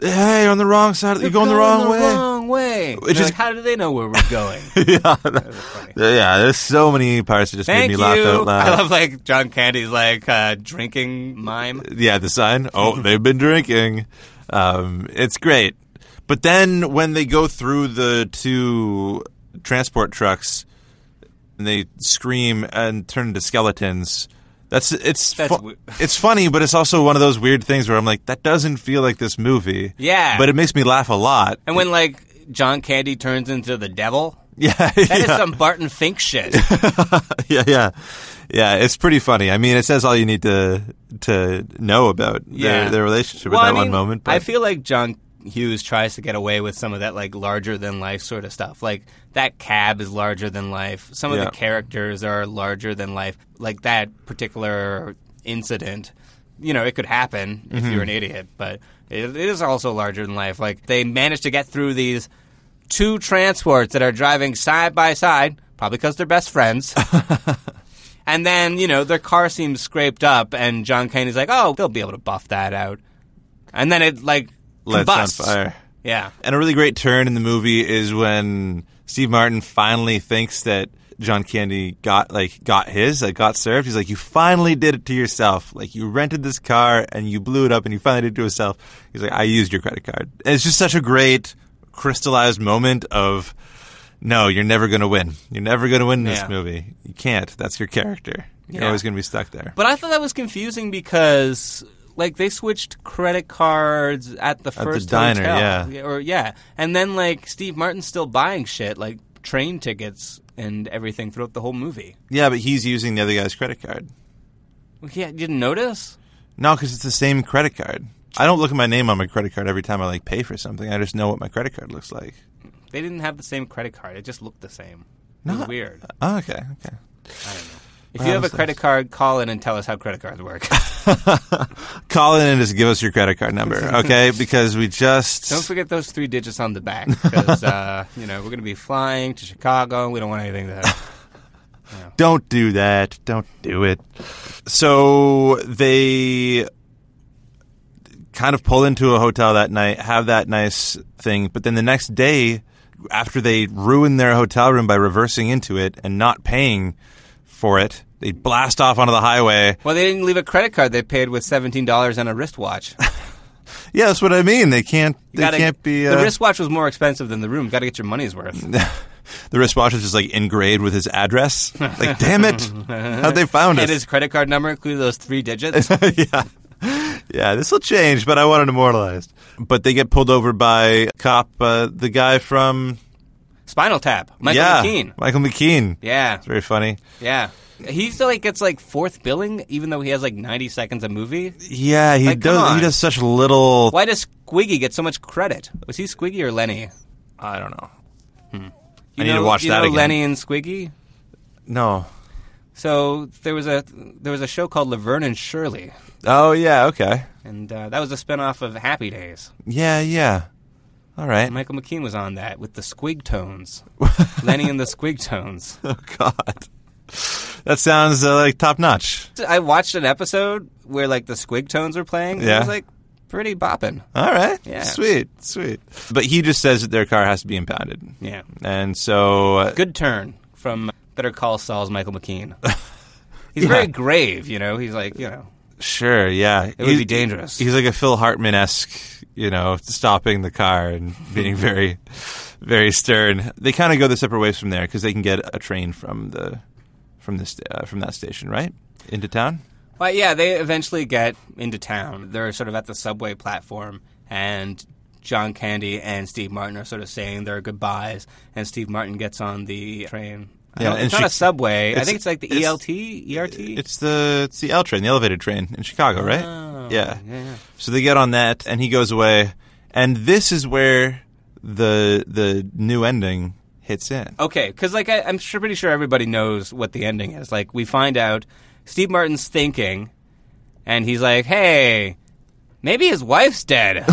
S6: "Hey, you're on the wrong side. Of, you're going the wrong way."
S7: Wrong way.
S6: Which
S7: They're
S6: is-
S7: like, how do they know where we're *laughs* going?
S6: yeah, there's so many parts that just
S7: Thank
S6: made me
S7: you.
S6: laugh out loud.
S7: I love like John Candy's like uh, drinking mime.
S6: yeah, the sign.
S7: *laughs*
S6: Oh, they've been drinking. Um, it's great. But then when they go through the two transport trucks and they scream and turn into skeletons, that's it's
S7: That's
S6: fu-
S7: *laughs* weird.
S6: it's funny, but it's also one of those weird things where I'm like, that doesn't feel like this movie.
S7: Yeah.
S6: but it makes me laugh a lot. *laughs*
S7: And when like John Candy turns into the devil,
S6: yeah,
S7: that is
S6: yeah.
S7: some Barton Fink shit.
S6: yeah, yeah, yeah. It's pretty funny. I mean, it says all you need to to know about
S7: Yeah.
S6: their, their relationship
S7: Well,
S6: at that
S7: I
S6: one
S7: mean,
S6: moment. But
S7: I feel like John Hughes tries to get away with some of that like larger than life sort of stuff. Like that cab is larger than life. Some of
S6: Yeah.
S7: the characters are larger than life. Like that particular incident, you know, it could happen if you're an
S6: Mm-hmm.
S7: idiot, but it, it is also larger than life. Like they managed to get through these two transports that are driving side by side, probably because they're best friends. And then, you know, their car seems scraped up, and John Candy's like, oh, they'll be able to buff that out. And then it, like,
S6: Lights on
S7: combusts.
S6: fire.
S7: Yeah.
S6: And a really great turn in the movie is when Steve Martin finally thinks that John Candy got like got his, like got served. He's like, "You finally did it to yourself. Like you rented this car and you blew it up, and you finally did it to yourself." He's like, "I used your credit card." And it's just such a great crystallized moment of, "No, you're never going to win. You're never going to win in this
S7: Yeah.
S6: movie. You can't. That's your character. You're
S7: Yeah.
S6: always going to be stuck there."
S7: But I thought that was confusing because, like, they switched credit cards at
S6: the
S7: the first
S6: diner,
S7: hotel.
S6: yeah.
S7: Or, yeah. And then, like, Steve Martin's still buying shit, like, train tickets and everything throughout the whole movie.
S6: yeah, but he's using the other guy's credit card.
S7: Yeah, you didn't notice?
S6: No, because it's the same credit card. I don't look at my name on my credit card every time I like pay for something. I just know what my credit card looks like.
S7: They didn't have the same credit card. It just looked the same. It was
S6: Not-
S7: weird.
S6: Oh, okay, okay.
S7: If you have a
S6: that's nice.
S7: credit card, call in and tell us how credit cards work. *laughs*
S6: Call in and just give us your credit card number, okay? Because we just
S7: Don't forget those three digits on the back because uh, you know we're going to be flying to Chicago. We don't want
S6: *laughs*
S7: anything to.
S6: Don't do that. Don't do it. So they kind of pull into a hotel that night, have that nice thing, but then the next day, after they ruin their hotel room by reversing into it and not paying for it, they blast off onto the highway.
S7: Well, they didn't leave a credit card. They paid with seventeen dollars and a wristwatch. You
S6: Yeah, that's what I mean. They can't. They
S7: gotta-
S6: can't be.
S7: The
S6: uh, *laughs*
S7: wristwatch was more expensive than the room. Got to get your money's worth.
S6: the wristwatch is just like engraved with his address.
S7: *laughs*
S6: Like, damn it, how'd they found
S7: and
S6: us?
S7: his credit card number included those three
S6: *laughs*
S7: digits.
S6: yeah. Yeah, this will change, but I want it immortalized. But they get pulled over by cop, uh, the guy from
S7: Spinal Tap. Michael
S6: yeah,
S7: McKean.
S6: Michael McKean.
S7: Yeah,
S6: It's very funny.
S7: yeah. He still like gets like fourth billing, even though he has like ninety seconds a movie.
S6: Yeah, he
S7: Like, come
S6: does.
S7: on.
S6: He does such little.
S7: Why does Squiggy get so much credit? Was he Squiggy or Lenny?
S6: I don't know.
S7: Hmm. You
S6: I need to
S7: know-
S6: watch
S7: you
S6: that
S7: know
S6: again.
S7: Lenny and Squiggy.
S6: No.
S7: So there was a there was a show called Laverne and Shirley,
S6: Oh yeah. Okay.
S7: and uh, that was a spinoff of Happy Days.
S6: Yeah. Yeah. All right.
S7: And Michael McKean was on that with the Squig Tones, Lenny and the Squig Tones.
S6: *laughs* Oh God. That sounds uh, like top notch.
S7: I watched an episode where like the Squig Tones were playing. and
S6: Yeah.
S7: it was like pretty bopping.
S6: All right.
S7: Yeah.
S6: Sweet. Sweet. But he just says that their car has to be impounded.
S7: Yeah,
S6: And so uh,
S7: good turn from Better Call Saul's
S6: *laughs*
S7: Michael McKean. He's very grave, you know. He's like, you know,
S6: Sure, yeah. It
S7: would be dangerous.
S6: He's like a Phil Hartman esque, you know, stopping the car and being very, very stern. They kind of go the separate ways from there because they can get a train from the from this uh, from that station, right, into town.
S7: Well, yeah, they eventually get into town. They're sort of at the subway platform, and John Candy and Steve Martin are sort of saying their goodbyes, and Steve Martin gets on the train. I
S6: Yeah,
S7: don't-
S6: and
S7: it's not
S6: she-
S7: a subway. I
S6: it's-
S7: think it's like the E
S6: it's-
S7: ELT, ERT.
S6: It's the it's the L train, the elevated train in Chicago, right?
S7: Oh, yeah, yeah.
S6: So they get on that, and he goes away, and this is where the the new ending hits in.
S7: Okay, because like I, I'm sure, pretty sure everybody knows what the ending is. Like we find out Steve Martin's thinking, and he's like, "Hey, maybe his wife's dead."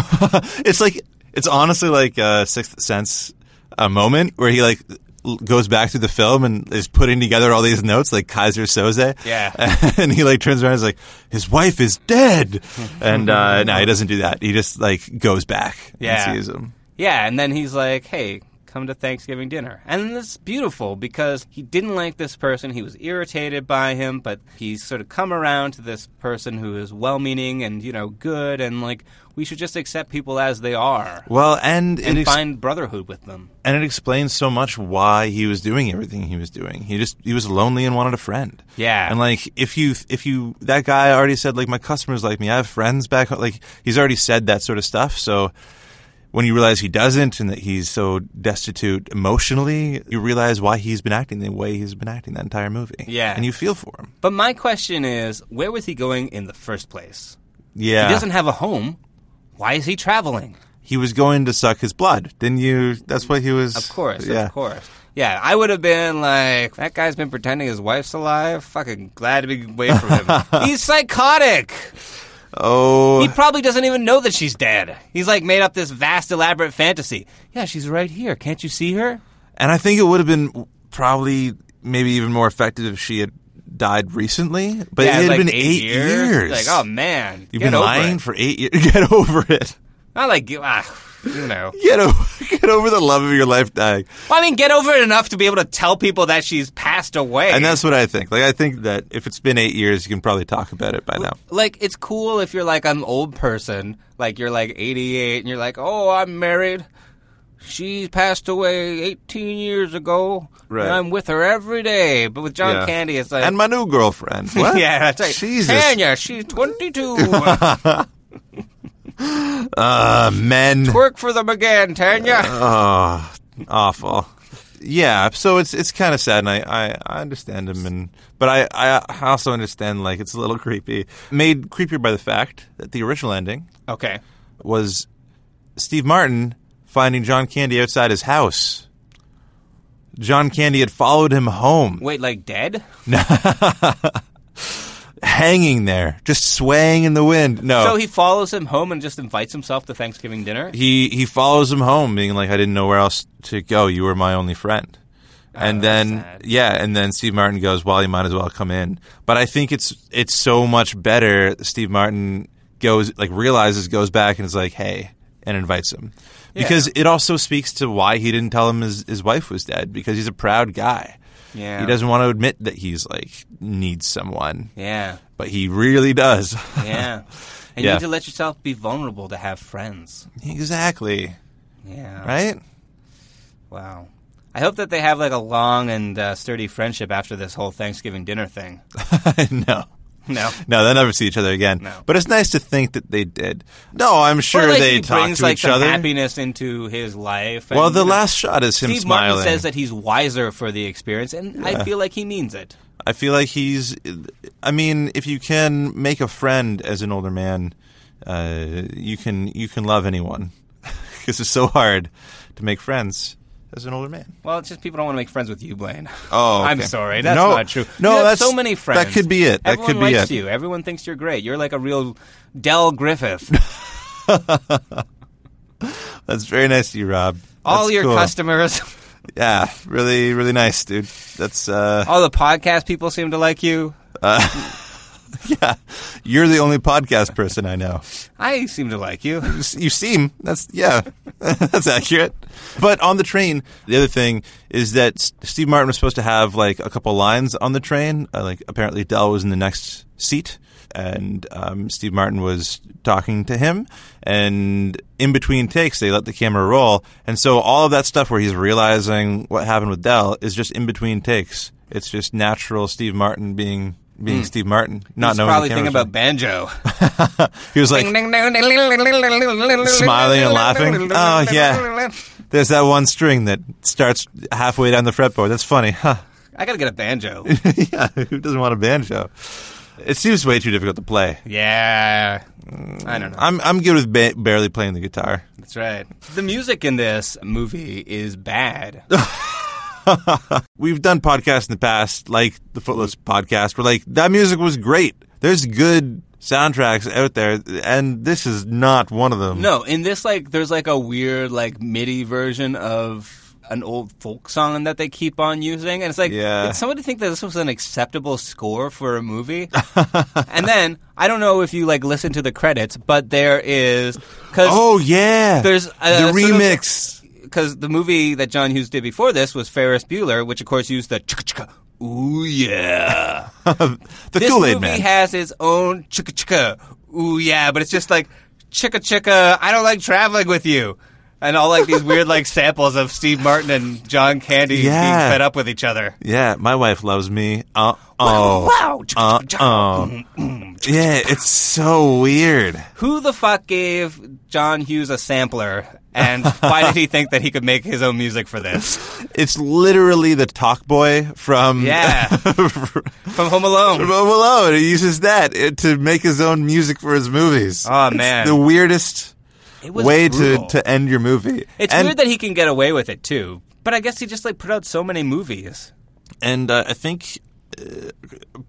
S6: it's like it's honestly like a sixth sense a moment where he like l- goes back through the film and is putting together all these notes like Kaiser Soze.
S7: Yeah.
S6: *laughs* And he like turns around and is like, his wife is dead. and uh,
S7: *laughs*
S6: no, he doesn't do that. He just like goes back
S7: Yeah.
S6: and sees him.
S7: Yeah, and then he's like, "Hey, come to Thanksgiving dinner." And it's beautiful because he didn't like this person, he was irritated by him, but he's sort of come around to this person who is well-meaning and, you know, good and like we should just accept people as they are
S6: Well, and,
S7: and
S6: it ex-
S7: find brotherhood with them.
S6: and it explains so much why he was doing everything he was doing. He just he was lonely and wanted a friend.
S7: Yeah.
S6: And like if you if you that guy already said like my customers like me, I have friends back home. Like he's already said that sort of stuff. So when you realize he doesn't and that he's so destitute emotionally, you realize why he's been acting the way he's been acting that entire movie.
S7: Yeah.
S6: And you feel for him.
S7: But my question is, where was he going in the first place?
S6: Yeah.
S7: He doesn't have a home. Why is he traveling?
S6: He was going to suck his blood. Didn't you? That's what he was.
S7: Of course,
S6: Yeah.
S7: of course. Yeah, I would have been like, that guy's been pretending his wife's alive. Fucking glad to be away from
S6: *laughs*
S7: him. He's psychotic.
S6: Oh.
S7: He probably doesn't even know that she's dead. He's like made up this vast, elaborate fantasy. Yeah, she's right here. Can't you see her?
S6: And I think it would have been probably maybe even more effective if she had died recently. But
S7: yeah,
S6: it had
S7: like
S6: been eight, years.
S7: Like, oh man,
S6: You've
S7: get
S6: been
S7: over
S6: lying
S7: It.
S6: for eight years. *laughs* Get over it.
S7: Not like you- ah, you know.
S6: Get over, *laughs* get over the love of your life dying.
S7: Well, I mean, get over it enough to be able to tell people that she's passed away.
S6: And that's what I think. Like I think that if it's been eight years, you can probably talk about it by now.
S7: like it's cool if you're like an old person, like you're like 88 and you're like, "Oh, I'm married. She passed away 18 years ago.
S6: Right.
S7: And I'm with her every day." But with John
S6: Yeah.
S7: Candy, it's like
S6: and my new girlfriend. What?
S7: *laughs* Yeah, that's right.
S6: Jesus.
S7: Tanya,
S6: *laughs*
S7: she's 22.
S6: Uh, men.
S7: Work for them again, Tanya.
S6: *laughs* Oh, awful. Yeah, so it's it's kind of sad, and I, I, I understand him, and but I, I also understand like it's a little creepy, made creepier by the fact that the original ending
S7: okay.
S6: was Steve Martin finding John Candy outside his house. John Candy had followed him home,
S7: Wait, like dead?
S6: hanging there, just swaying in the wind. No,
S7: So he follows him home and just invites himself to Thanksgiving dinner?
S6: Oh. he he follows him home, being like, "I didn't know where else to go. You were my only friend." And then
S7: Oh, sad.
S6: yeah, and then Steve Martin goes, "Well, you might as well come in." But I think it's it's so much better. that Steve Martin goes like realizes, goes back, and is like, "Hey," and invites him because it also speaks to why he didn't tell him his, his wife was dead because he's a proud guy.
S7: Yeah.
S6: He doesn't want to admit that he's like needs someone,
S7: Yeah.
S6: but he really does. *laughs*
S7: Yeah. And
S6: Yeah.
S7: you need to let yourself be vulnerable to have friends.
S6: exactly. *laughs*
S7: Yeah.
S6: Right.
S7: Wow. I hope that they have like a long and uh, sturdy friendship after this whole Thanksgiving dinner thing. *laughs*
S6: no.
S7: No.
S6: No, they'll never see each other again. But it's nice to think that they did. No, I'm sure
S7: Or, like,
S6: they
S7: he
S6: talked
S7: brings
S6: to
S7: like
S6: each
S7: some
S6: other.
S7: happiness into his life.
S6: Well,
S7: and,
S6: the
S7: you know,
S6: last shot is him
S7: Steve
S6: smiling.
S7: Martin says that he's wiser for the experience, and
S6: Yeah.
S7: I feel like he means it.
S6: I feel like he's. I mean, if you can make a friend as an older man, uh, you can you can love anyone *laughs* because it's so hard to make friends as an older man.
S7: Well, it's just people don't want to make friends with you, Blaine.
S6: Oh, okay.
S7: *laughs* I'm sorry, that's
S6: No-
S7: not true.
S6: no,
S7: you have
S6: that's-
S7: so many
S6: that
S7: friends.
S6: could be it. That
S7: Everyone
S6: could be
S7: likes
S6: it.
S7: you. Everyone thinks you're great. You're like a real Dell
S6: *laughs*
S7: Griffith.
S6: That's very nice of you, Rob.
S7: All
S6: That's
S7: your
S6: cool.
S7: customers, *laughs*
S6: Yeah, really, really nice, dude. That's uh,
S7: all the podcast people seem to like you.
S6: uh yeah. You're the only podcast person I know.
S7: I seem to like you.
S6: You seem. That's yeah. *laughs* that's accurate. But on the train, the other thing is that S- Steve Martin was supposed to have like a couple lines on the train. Uh, like apparently Dell was in the next seat, and um, Steve Martin was talking to him. And in between takes, they let the camera roll, and so all of that stuff where he's realizing what happened with Dell is just in between takes. It's just natural Steve Martin being being
S7: Hmm.
S6: Steve Martin, not
S7: He's
S6: knowing. the
S7: probably
S6: camera's
S7: thinking about banjo.
S6: on. *laughs* he was like smiling and laughing. Oh yeah. There's that one string that starts halfway down the fretboard. That's funny, huh? *laughs*
S7: I gotta get a banjo.
S6: yeah, who doesn't want a banjo? It seems way too difficult to play.
S7: Yeah, I don't know.
S6: I'm I'm good with ba- barely playing the guitar.
S7: That's right. The music in this movie
S6: *laughs*
S7: is bad.
S6: We've done podcasts in the past, like the Footless podcast. We're like that music was great. There's good soundtracks out there, and this is not one of them.
S7: No, in this like there's like a weird like MIDI version of an old folk song that they keep on using, and it's like
S6: Yeah.
S7: did somebody think that this was an acceptable score for
S6: *laughs*
S7: a movie? and then I don't know if you like listen to the credits, but there is because
S6: Oh yeah,
S7: there's uh, a
S6: the remix.
S7: because the movie that John Hughes did before this was Ferris Bueller, which of course used the chicka chicka. Ooh yeah,
S6: *laughs* the
S7: this
S6: Kool Aid
S7: movie
S6: Man.
S7: has its own chicka chicka. Ooh yeah, but it's just like chicka chicka. I don't like traveling with you, and all like these weird like samples of Steve Martin and John Candy
S6: Yeah.
S7: being fed up with each other.
S6: yeah, my wife loves me. Uh, oh,
S7: wow.
S6: Uh, oh. yeah, it's so weird.
S7: Who the fuck gave John Hughes a sampler? And why did he think that he could make his own music
S6: *laughs*
S7: for this?
S6: It's literally the talk boy from *laughs*
S7: Yeah. From Home Alone.
S6: From Home Alone. He uses that uh, to make his own music for his movies.
S7: Aw,
S6: It's
S7: man.
S6: the weirdest
S7: It was
S6: way to,
S7: brutal.
S6: to end your movie.
S7: It's
S6: and,
S7: weird that he can get away with it too. But I guess he just like put out so many movies.
S6: And uh, I think, uh,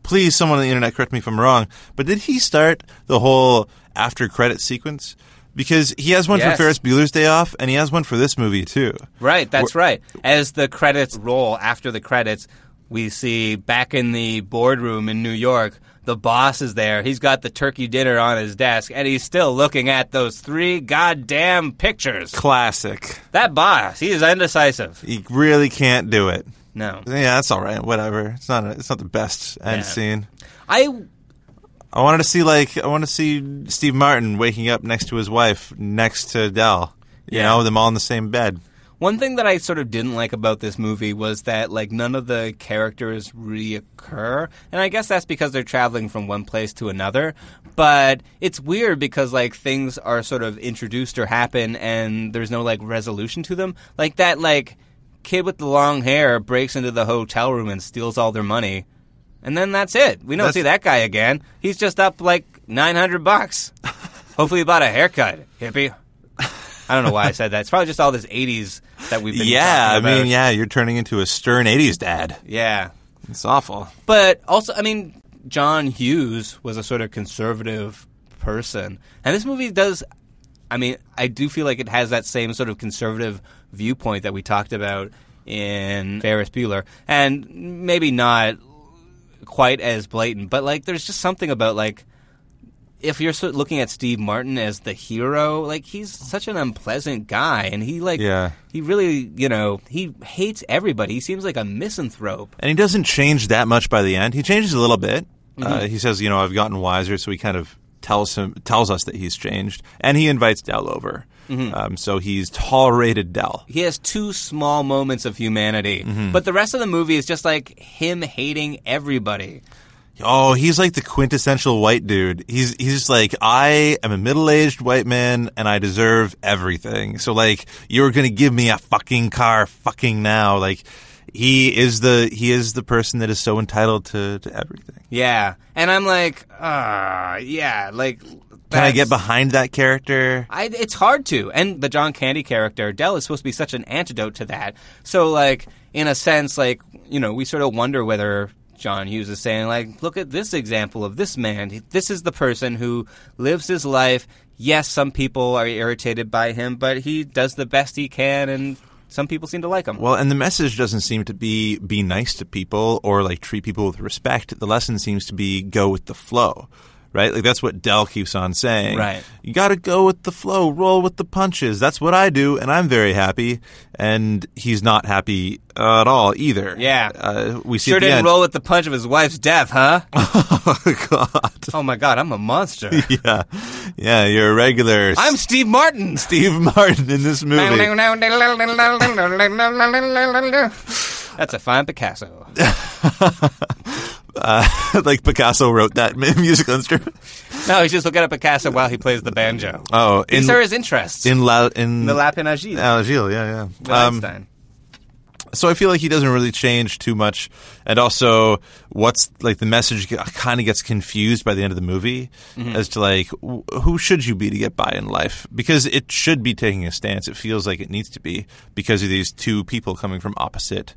S6: please, someone on the internet, correct me if I'm wrong, but did he start the whole after credit sequence? Because he has one
S7: Yes.
S6: for Ferris Bueller's Day Off, and he has one for this movie too.
S7: Right, that's right. As the credits roll after the credits, we see back in the boardroom in New York, the boss is there. He's got the turkey dinner on his desk and he's still looking at those three goddamn pictures.
S6: Classic.
S7: That boss, he is indecisive.
S6: He really can't do it.
S7: No.
S6: Yeah, that's all right. Whatever. It's not. A, it's not the best end scene.
S7: I
S6: I wanted to see like I want to see Steve Martin waking up next to his wife next to Dell. You
S7: Yeah.
S6: know, them all in the same bed.
S7: One thing that I sort of didn't like about this movie was that like none of the characters reoccur, and I guess that's because they're traveling from one place to another. But it's weird because like things are sort of introduced or happen, and there's no like resolution to them. Like that like kid with the long hair breaks into the hotel room and steals all their money, and then that's it. We don't
S6: That's-
S7: see that guy again. He's just up like nine hundred bucks. Hopefully, he bought a haircut, hippie. I don't know why I said that. It's probably just all this '80s that we've
S6: *laughs*
S7: been.
S6: Yeah, I
S7: talking about.
S6: mean, yeah, you're turning into a stern '80s dad.
S7: yeah.
S6: It's awful.
S7: But also, I mean, John Hughes was a sort of conservative person, and this movie does. I mean, I do feel like it has that same sort of conservative viewpoint that we talked about in Ferris Bueller, and maybe not quite as blatant, but like, there's just something about like. If you're sort of looking at Steve Martin as the hero, like he's such an unpleasant guy, and he like
S6: Yeah.
S7: he really you know he hates everybody. He seems like a misanthrope.
S6: And he Mm-hmm. doesn't change that much by the end. He changes a little bit. Uh, he says, you know, I've gotten wiser, so he kind of tells him tells us that he's changed, and he invites Dell over. Um, so he's tolerated Dell.
S7: He has two small moments of humanity,
S6: Mm-hmm.
S7: but the rest of the movie is just like him hating everybody.
S6: Oh, he's like the quintessential white dude. He's he's like I am a middle-aged white man and I deserve everything. So like you're going to give me a fucking car fucking now. Like he is the he is the person that is so entitled to to everything.
S7: Yeah, and I'm like, ah, yeah, like.
S6: Can I get behind that character?
S7: I, it's hard to. And the John Candy character, Dell, is supposed to be such an antidote to that. So, like, in a sense, like, you know, we sort of wonder whether John Hughes is saying, like, look at this example of this man. This is the person who lives his life. Yes, some people are irritated by him, but he does the best he can, and some people seem to like him.
S6: Well, and the message doesn't seem to be be nice to people or like treat people with respect. The lesson seems to be go with the flow. Right? Like that's what Dell keeps on saying.
S7: Right.
S6: You got to go with the flow, roll with the punches. That's what I do and I'm very happy and he's not happy at all either.
S7: Yeah.
S6: Uh, we see
S7: sure
S6: at the
S7: didn't
S6: end-
S7: roll with the punch of his wife's death, huh?
S6: *laughs* oh god.
S7: oh my god, I'm
S6: *laughs*
S7: a monster.
S6: Yeah. Yeah, you're a regular
S7: I'm Steve
S6: *laughs*
S7: Martin.
S6: Steve Martin in this movie.
S7: That's a fine Picasso.
S6: Uh, *laughs* like Picasso wrote that *laughs* musical instrument.
S7: No, he's just looking at Picasso while he plays the banjo.
S6: Oh, in
S7: These are his interests.
S6: in La, in
S7: the Lapinage.
S6: Algiers, yeah,
S7: with
S6: yeah. Um,
S7: Einstein.
S6: so I feel like he doesn't really change too much, and also what's like the message kind of gets confused by the end of the movie as to like w- who should you be to get by in life because it should be taking a stance. It feels like it needs to be because of these two people coming from opposite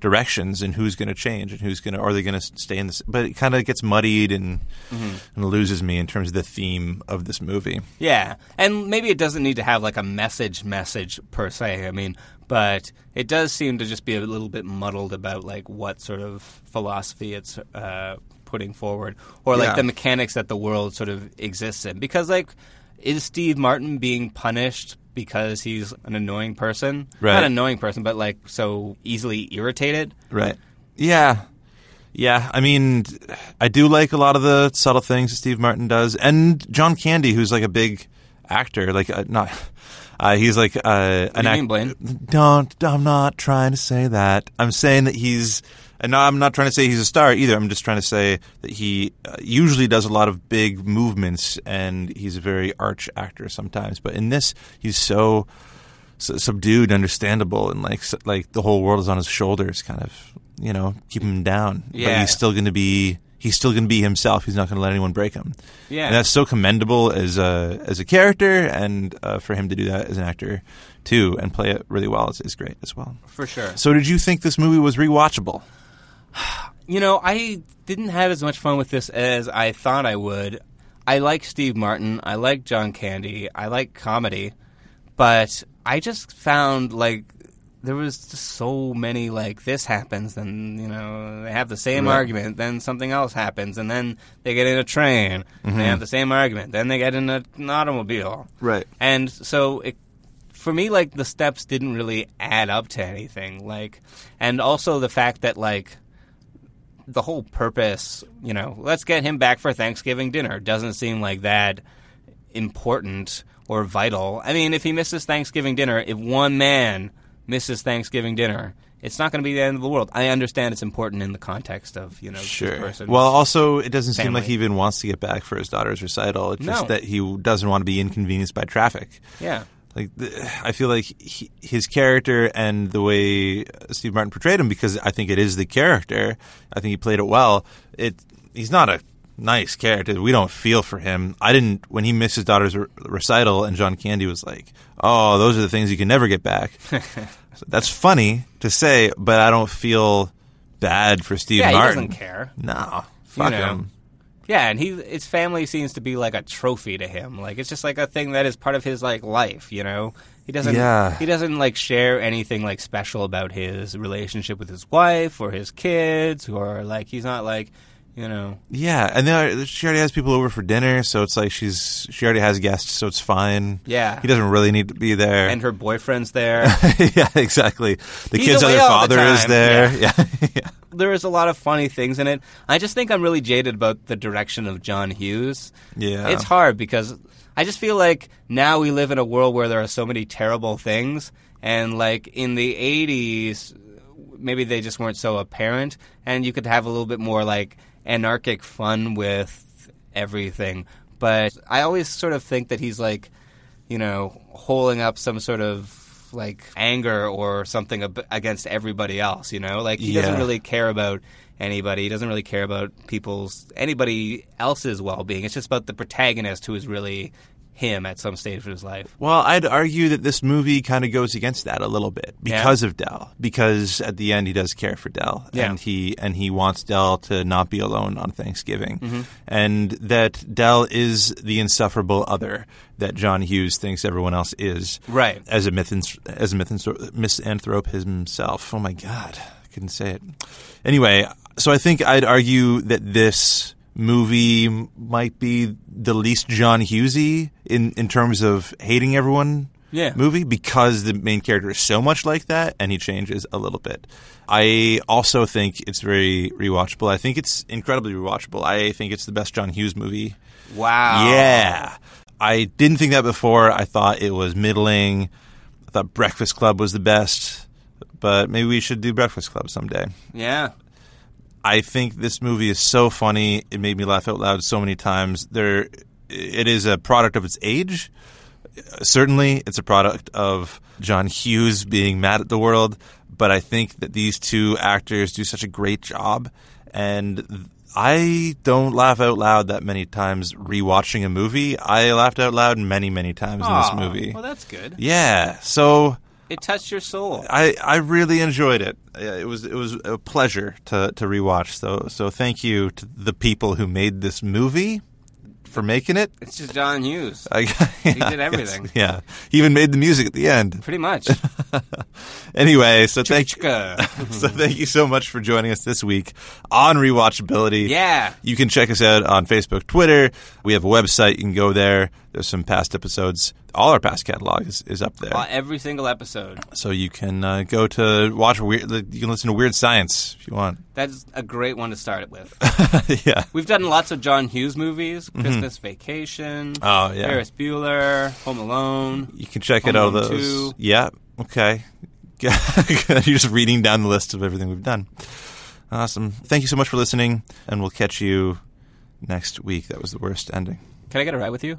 S6: directions and who's going to change and who's going to are they going to stay in this but it kind of gets muddied and and loses me in terms of the theme of this movie
S7: Yeah, and maybe it doesn't need to have like a message message per se. I mean, but it does seem to just be a little bit muddled about like what sort of philosophy it's uh, putting forward, or like
S6: Yeah.
S7: the mechanics that the world sort of exists in. Because like, is Steve Martin being punished? Because he's an annoying person,
S6: Right.
S7: not an annoying person, but like so easily irritated.
S6: Right. Yeah. Yeah. I mean, I do like a lot of the subtle things that Steve Martin does, and John Candy, who's like a big actor, like uh, not. Uh, he's like uh, an
S7: do you
S6: act-
S7: mean, Blaine?
S6: Don't. I'm not trying to say that. I'm saying that he's. And no, I'm not trying to say he's a star either. I'm just trying to say that he uh, usually does a lot of big movements, and he's a very arch actor sometimes. But in this, he's so su- subdued, understandable, and like s- like the whole world is on his shoulders, kind of you know keep him down. But
S7: Yeah.
S6: he's still going to be he's still going to be himself. He's not going to let anyone break him.
S7: Yeah.
S6: and that's so commendable as a as a character, and uh, for him to do that as an actor too, and play it really well is, is great as well.
S7: For sure.
S6: So, did you think this movie was rewatchable?
S7: You know, I didn't have as much fun with this as I thought I would. I like Steve Martin. I like John Candy. I like comedy, but I just found like there was just so many like this happens, then you know they have the same argument, then something else happens, and then they get in a train, and they have the same argument, then they get in a, an automobile,
S6: Right.
S7: and so it for me like the steps didn't really add up to anything like and also the fact that like the whole purpose you know let's get him back for thanksgiving dinner doesn't seem like that important or vital i mean if he misses thanksgiving dinner if one man misses thanksgiving dinner it's not going to be the end of the world i understand it's important in the context of you know this person's-
S6: Well, also, it doesn't seem like
S7: family.
S6: he even wants to get back for his daughter's recital. It's just
S7: No.
S6: that he doesn't want to be inconvenienced by traffic.
S7: yeah
S6: like the, I feel like he, his character and the way Steve Martin portrayed him because I think it is the character. I think he played it well. It he's not a nice character. We don't feel for him. I didn't when he missed his daughter's re- recital and John Candy was like, "Oh, those are the things you can never get
S7: *laughs*
S6: back." so that's funny to say, but I don't feel bad for Steve
S7: yeah he
S6: Martin.
S7: doesn't care
S6: No, fuck
S7: You know.
S6: him.
S7: Yeah, and he his family seems to be like a trophy to him. Like it's just like a thing that is part of his like life, you know. He doesn't
S6: Yeah.
S7: he doesn't like share anything like special about his relationship with his wife or his kids or like he's not like you know.
S6: Yeah, and then she already has people over for dinner, so it's like she's she already has guests, so it's fine.
S7: Yeah.
S6: he doesn't really need to be there.
S7: And her boyfriend's there.
S6: *laughs* yeah, exactly. The
S7: He's
S6: kid's
S7: away
S6: other
S7: all the
S6: father is
S7: time.
S6: there. *laughs* Yeah.
S7: there is a lot of funny things in it. I just think I'm really jaded about the direction of John Hughes.
S6: Yeah.
S7: It's hard because I just feel like now we live in a world where there are so many terrible things and like in the 80s maybe they just weren't so apparent and you could have a little bit more like anarchic fun with everything. But I always sort of think that he's like you know, holding up some sort of like anger or something ab- against everybody else, you know? Like he doesn't
S6: Yeah.
S7: really care about anybody. He doesn't really care about people's anybody else's well-being. It's just about the protagonist who is really him at some stage of his life.
S6: Well, I'd argue that this movie kind of goes against that a little bit because of Dell. Because at the end, he does care for Dell,
S7: Yeah.
S6: and he and he wants Dell to not be alone on Thanksgiving,
S7: Mm-hmm.
S6: and that Dell is the insufferable other that John Hughes thinks everyone else is,
S7: Right.
S6: As a myth, as a mythanthro- misanthrope himself. Oh my God, I couldn't say it. Anyway, so I think I'd argue that this movie m- might be the least John Hughesy in in terms of hating everyone.
S7: Yeah.
S6: movie because the main character is so much like that, and he changes a little bit. I also think it's very rewatchable. I think it's incredibly rewatchable. I think it's the best John Hughes movie.
S7: Wow.
S6: Yeah. I didn't think that before. I thought it was middling. I thought Breakfast Club was the best, but maybe we should do Breakfast Club someday.
S7: Yeah.
S6: I think this movie is so funny. It made me laugh out loud so many times. There it is a product of its age. Certainly, it's a product of John Hughes being mad at the world, but I think that these two actors do such a great job and I don't laugh out loud that many times rewatching a movie. I laughed out loud many, many times
S7: Aw,
S6: in this movie.
S7: Well, that's good.
S6: yeah. So
S7: It touched your soul.
S6: I, I really enjoyed it. Uh, It was it was a pleasure to to rewatch. So so thank you to the people who made this movie for making it.
S7: It's just John Hughes.
S6: I, *laughs*
S7: did everything.
S6: yeah, he even made the music at the end.
S7: Pretty *laughs* much.
S6: Anyway, so thank
S7: Chuchka.
S6: *laughs* so thank you so much for joining us this week on rewatchability.
S7: Yeah.
S6: You can check us out on Facebook, Twitter. We have a website. You can go there. There's some past episodes. All our past catalog is, is up there.
S7: Uh, every single episode.
S6: So you can uh, go to watch weird. You can listen to Weird Science if you want.
S7: That's a great one to start it *laughs* with.
S6: yeah.
S7: We've done lots of John Hughes movies: Christmas Vacation,
S6: Oh, yeah.
S7: Ferris Bueller, Home Alone.
S6: You can check it out
S7: Home
S6: of
S7: Alone
S6: those.
S7: 2.
S6: Yeah. Okay. *laughs* You're just reading down the list of everything we've done. Awesome. Thank you so much for listening, and we'll catch you next week. That was the worst ending.
S7: Can I get a ride with you?